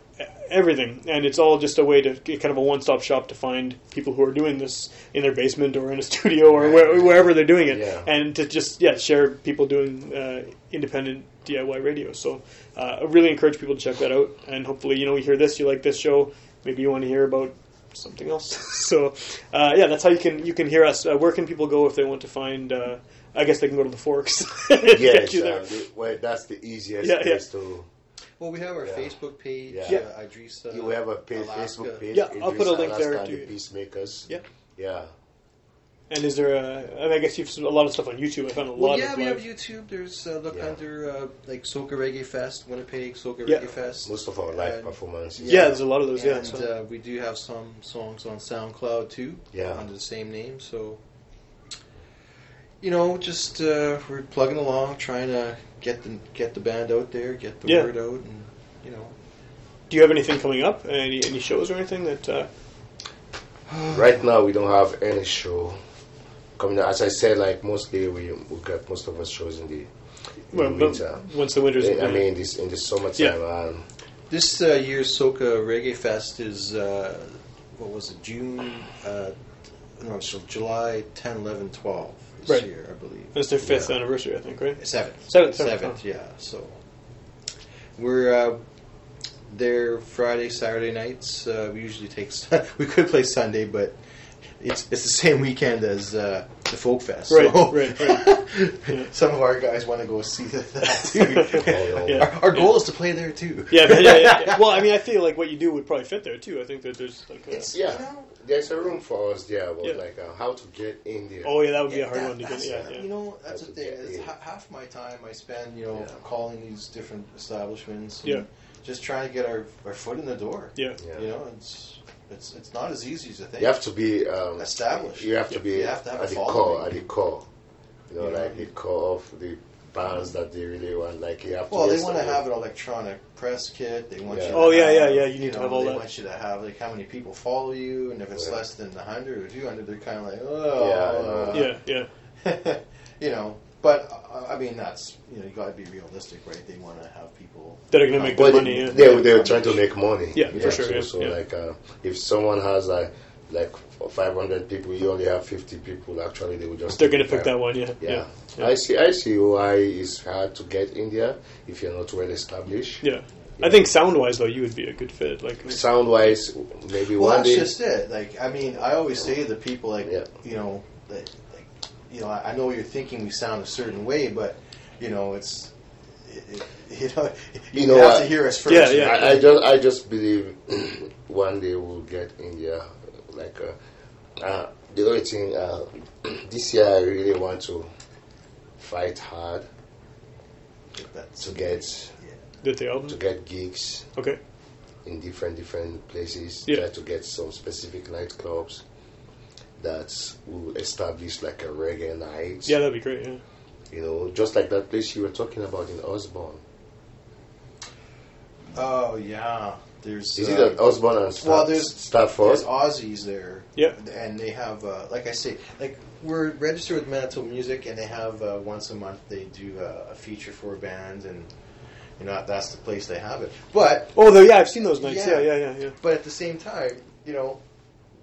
everything, and it's all just a way to get kind of a one stop shop to find people who are doing this in their basement or in a studio or where, wherever they're doing it, Yeah. and to just yeah share people doing uh, independent DIY radio. So uh, I really encourage people to check that out, and hopefully you know you hear this, you like this show, maybe you want to hear about. Something else. so, uh, yeah, that's how you can you can hear us. Uh, where can people go if they want to find uh, I guess they can go to the Forks. Get yes, you uh, there. the, well, that's the easiest Yeah, yeah. place to. Well, we have our Facebook page. Yeah. Yeah. Uh, Idrissa. You have a page, Alaska. Facebook page. Yeah, I'll Idris put a link Alaska there and to the you. Peacemakers. Yeah. Yeah. And is there a? I, mean, I guess you've seen a lot of stuff on YouTube. I found a Well, lot yeah, of we have live. YouTube. There's uh, look Yeah. under uh, like Soca Reggae Fest, Winnipeg Soca Yeah. Reggae Fest. Most of our live And- performances. yeah, there's a lot of those. yeah, and so. uh, we do have some songs on SoundCloud too, Yeah. under the same name. So, you know, just uh, we're plugging along, trying to get the get the band out there, get the Yeah. word out, and you know, do you have anything coming up? Any any shows or anything that? Uh, Right now, we don't have any show coming. out. As I said, like mostly we we got most of our shows in the, in well, the but winter. once the winter's I mean, this in the summertime. um, And, this uh, year's Soca Reggae Fest is uh, what was it, June? Uh, no, so July 10, 11, 12 this Right. year, I believe. that's their fifth anniversary, I think, right? Seventh. Seventh, seventh, Seventh, yeah. So we're uh, there Friday, Saturday nights. Uh, we usually take. Sun- we could play Sunday, but it's it's the same weekend as uh, the folk fest. Right, so right, right. Some of our guys want to go see that too. Oh, Yeah. Our, our goal is to play there too. Yeah, yeah, yeah, yeah. Well, I mean, I feel like what you do would probably fit there too. I think that there's like, uh, It's- You Yeah, know, there's a room for us there, but Yeah. like uh, how to get in there. oh yeah, that would be a hard that- one to get. that's- Yeah, yeah. You know, that's the That's a thing. bit, Is yeah. ha- half my time I spend, you know, Yeah. calling these different establishments. and Yeah. Just trying to get our, our foot in the door. yeah. Yeah. You know, it's it's it's not as easy as you think. You have to be um, Established. You have to be You have to have at a the core, following. at the core. You know, Yeah. like the core of the bands that they really want. Like you have to. Well, get they want to something. have an electronic press kit. They want Yeah. you. To Oh, yeah, have, yeah, yeah, you need to have all they that. want you to have like how many people follow you, and if it's Yeah. less than hundred or two hundred, they're kind of like, Yeah, oh, I Yeah, yeah, yeah. you know. But uh, I mean, that's you know, you got to be realistic, right? They want to have people. that are gonna make Well, good money. Yeah. they, they, they were trying to make money. Yeah, for sure, So, yeah, so yeah. like, uh, if someone has like like 500 people, you only have 50 people. Actually, they will just. They're take gonna the pick time. that one. Yeah, Yeah. yeah. I see. I see why it's hard to get in there if you're not well established. Yeah. I think sound wise though, you would be a good fit. Like, Sound wise, maybe Well, one that's day. just it. Like, I mean, I always say to the people, like, Yeah. you know, that, like, you know, I, I know you're thinking we sound a certain way, but you know, it's, it, it, you know, you, know have what? to hear us first. Yeah, yeah. I, I just I just believe one day we'll get India. Like uh, uh, the only thing uh, this year I really want to fight hard That's to get did the to album? get gigs Okay. in different different places. Yeah. Try to get some specific nightclubs that will establish like a reggae night. Yeah, that'd be great. Yeah. You know, just like that place you were talking about in Osborne. Oh yeah, there's Is uh, it at Osborne and Star, well, there's- Starford? there's Aussies there. Yeah. and they have uh, like I say, like we're registered with Manitoba Music, and they have uh, once a month they do uh, a feature for bands, and you know that's the place they have it. But Oh, though, yeah, I've seen those nights. Yeah, Yeah. yeah, yeah, yeah. but at the same time, you know,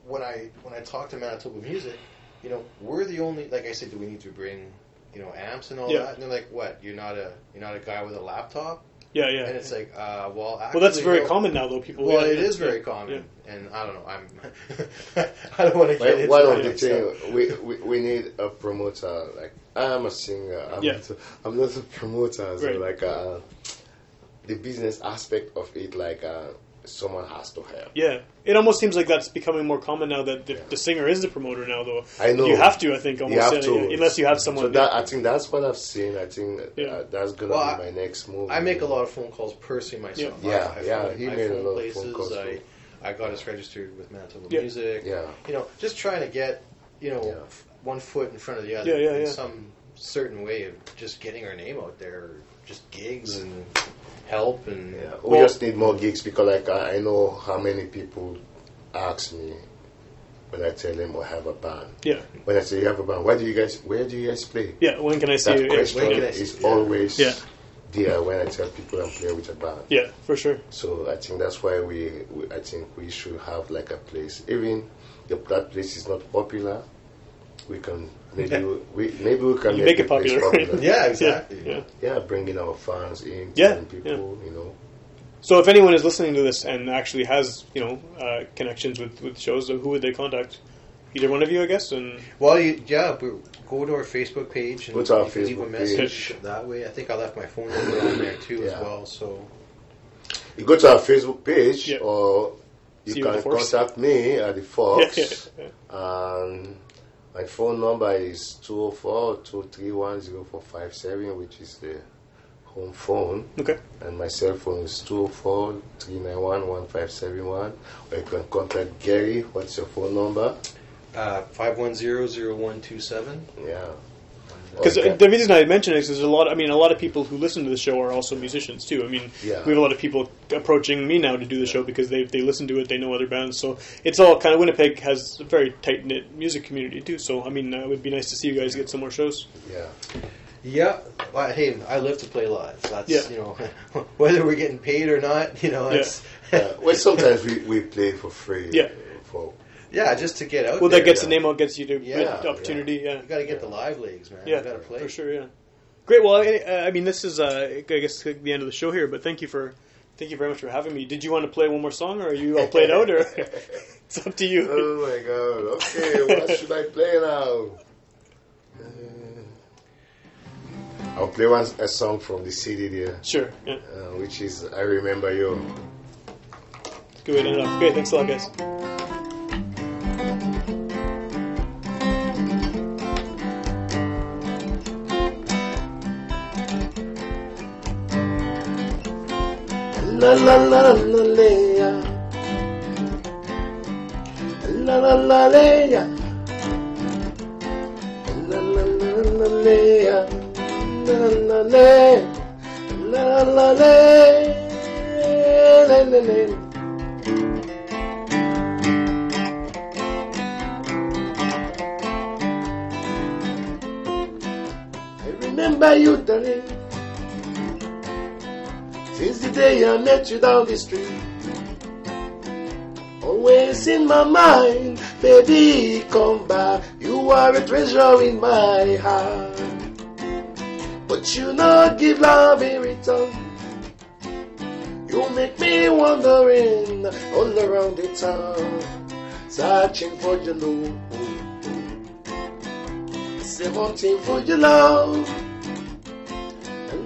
when I when I talk to Manitoba Music, you know, we're the only like I said, do we need to bring you know amps and all Yeah. that? And they're like, what? You're not a you're not a guy with a laptop? Yeah, yeah. And it's like, uh, well, actually, well, that's very no. common now, though. People. Well, yeah, it is yeah, very yeah. common, and I don't know. I'm. I don't want to get into Well, one that of the stuff. things we, we we need a promoter. Like I'm a singer. I'm, Yeah. not, a, I'm not a promoter. So Right. like uh, the business aspect of it, like uh, someone has to help. Yeah. It almost seems like that's becoming more common now that the, the singer is the promoter now, though. I know. You have to, I think, almost. have yeah, to. yeah, unless you have someone. So that, I think that's what I've seen. I think uh, Yeah. that's gonna Well, be I- my next move. I make a lot of phone calls personally myself. Yeah. Yeah, I, I yeah, phone, he I made a phone lot of places, phone calls, I, too. I got us registered with Manitoba Yeah. Music. Yeah. you know, just trying to get you know Yeah. f- one foot in front of the other Yeah, yeah, in yeah. some certain way of just getting our name out there, just gigs and help and Mm. Yeah. We just need more gigs because like I, I know how many people ask me when I tell them "Oh, I have a band. Yeah. When I say you have a band, why do you guys? Where do you guys play? Yeah. When can I see that you? Yeah, question when can I is see- yeah. always Yeah. there when I tell people I'm playing with a band. Yeah, for sure. So I think that's why we, we, I think we should have like a place. Even if that place is not popular, we can maybe we, we- maybe we can You make it the place popular, right? yeah, exactly. Yeah. yeah. Yeah, bringing our fans in, Yeah, telling people, you know. So if anyone is listening to this and actually has, you know, uh, connections with, with shows, who would they contact? Either one of you, I guess. And Well, you, yeah, we go to our Facebook page and Go to our you can leave a Facebook message page. that way. I think I left my phone number on there too Yeah. as well. So You go to our Facebook page Yeah. or you See you can at the Fox. contact me at the Fox. Yeah, yeah, And my phone number is 204-231-0457, which is the home phone. okay, And my cell phone is 204-391-1571. Or you can contact Gary. What's your phone number? Uh, five one zero zero one two seven. Yeah. Or because uh, you can- the reason I mention it is there's a lot. I mean, a lot of people who listen to the show are also musicians too. I mean, Yeah. we have a lot of people approaching me now to do the show because they they listen to it, they know other bands. So it's all kind of Winnipeg has a very tight knit music community too. So I mean, uh, it would be nice to see you guys get some more shows. yeah. Yeah, well, hey, I live to play live. So that's Yeah. you know whether we're getting paid or not. You know, Yeah. it's, Uh, well, sometimes we, we play for free. Yeah. For, yeah, just to get out. Well, there, that gets yeah. the name out, gets you to Yeah, the opportunity. Yeah, You got to get the live legs, man. Yeah, you got to play. for sure. Yeah, great. Well, I, I mean, this is uh, I guess the end of the show here, but thank you for thank you very much for having me. Did you want to play one more song, or are you all played out, or it's up to you? Uh, oh my God. Okay, what should I play now? I'll play one a song from the CD there, Sure. Yeah. uh, which is I Remember You. Good way to end it off. Great. Thanks a lot, guys. La la la la leya. La la la leya. La la la la leya. La la la le. La la la le. Le le le. I remember you, darling. Since the day I met you down the street. Always in my mind, baby, come back. You are a treasure in my heart. But you not give love in return. You make me wandering all around the town, searching for your love. Seventeen for your love.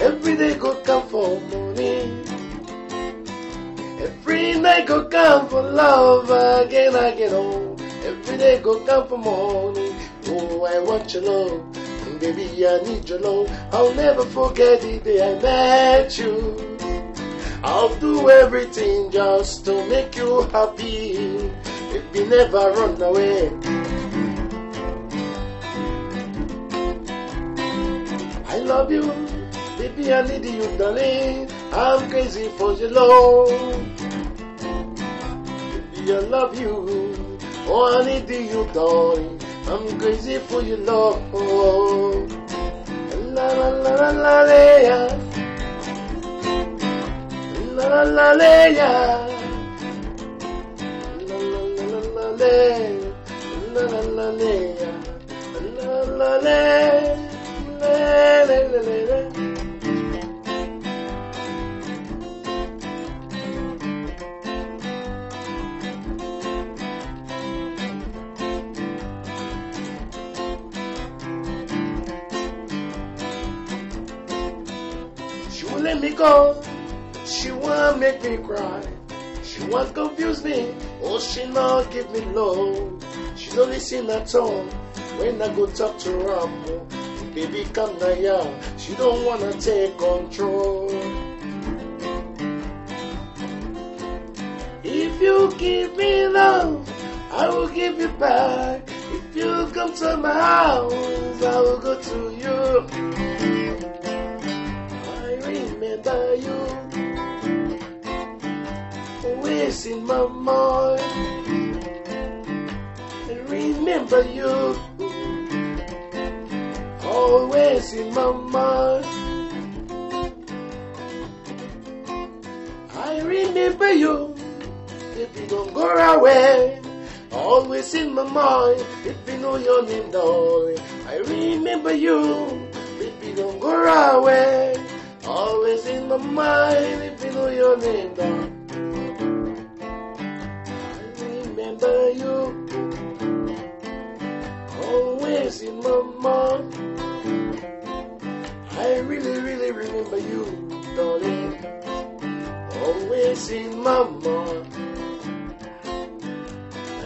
Every day go come for money. Every night go come for love again, I get home. Every day go come for money. Oh, I want your love, and baby I need your love. I'll never forget the day I met you. I'll do everything just to make you happy. Baby, never run away. I love you, baby, I need you, darling. I'm crazy for your love. Baby, I love you. Oh, I need you, darling. I'm crazy for your love. La la la la la la ya. La la la la ya. La la la la la la. La la la la ya. La la la. La la la la la. She won't let me go. She won't make me cry. She won't confuse me. Oh, she not give me love. She don't listen at all. When I go talk to her, oh, baby, come now, yeah. She don't wanna take control. If you give me love, I will give you back. If you come to my house, I will go to you. I remember you always in my mind. I remember you always in my mind. I remember you if you don't go away. Always in my mind, if you know your name, darling. I remember you, if you don't go away. Always in my mind, if you know your name, darling. I remember you, always in my mind. I really, really remember you, darling. Always in my mind.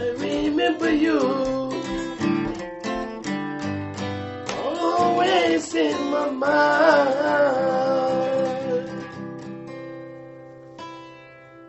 I remember you. Always in my mind.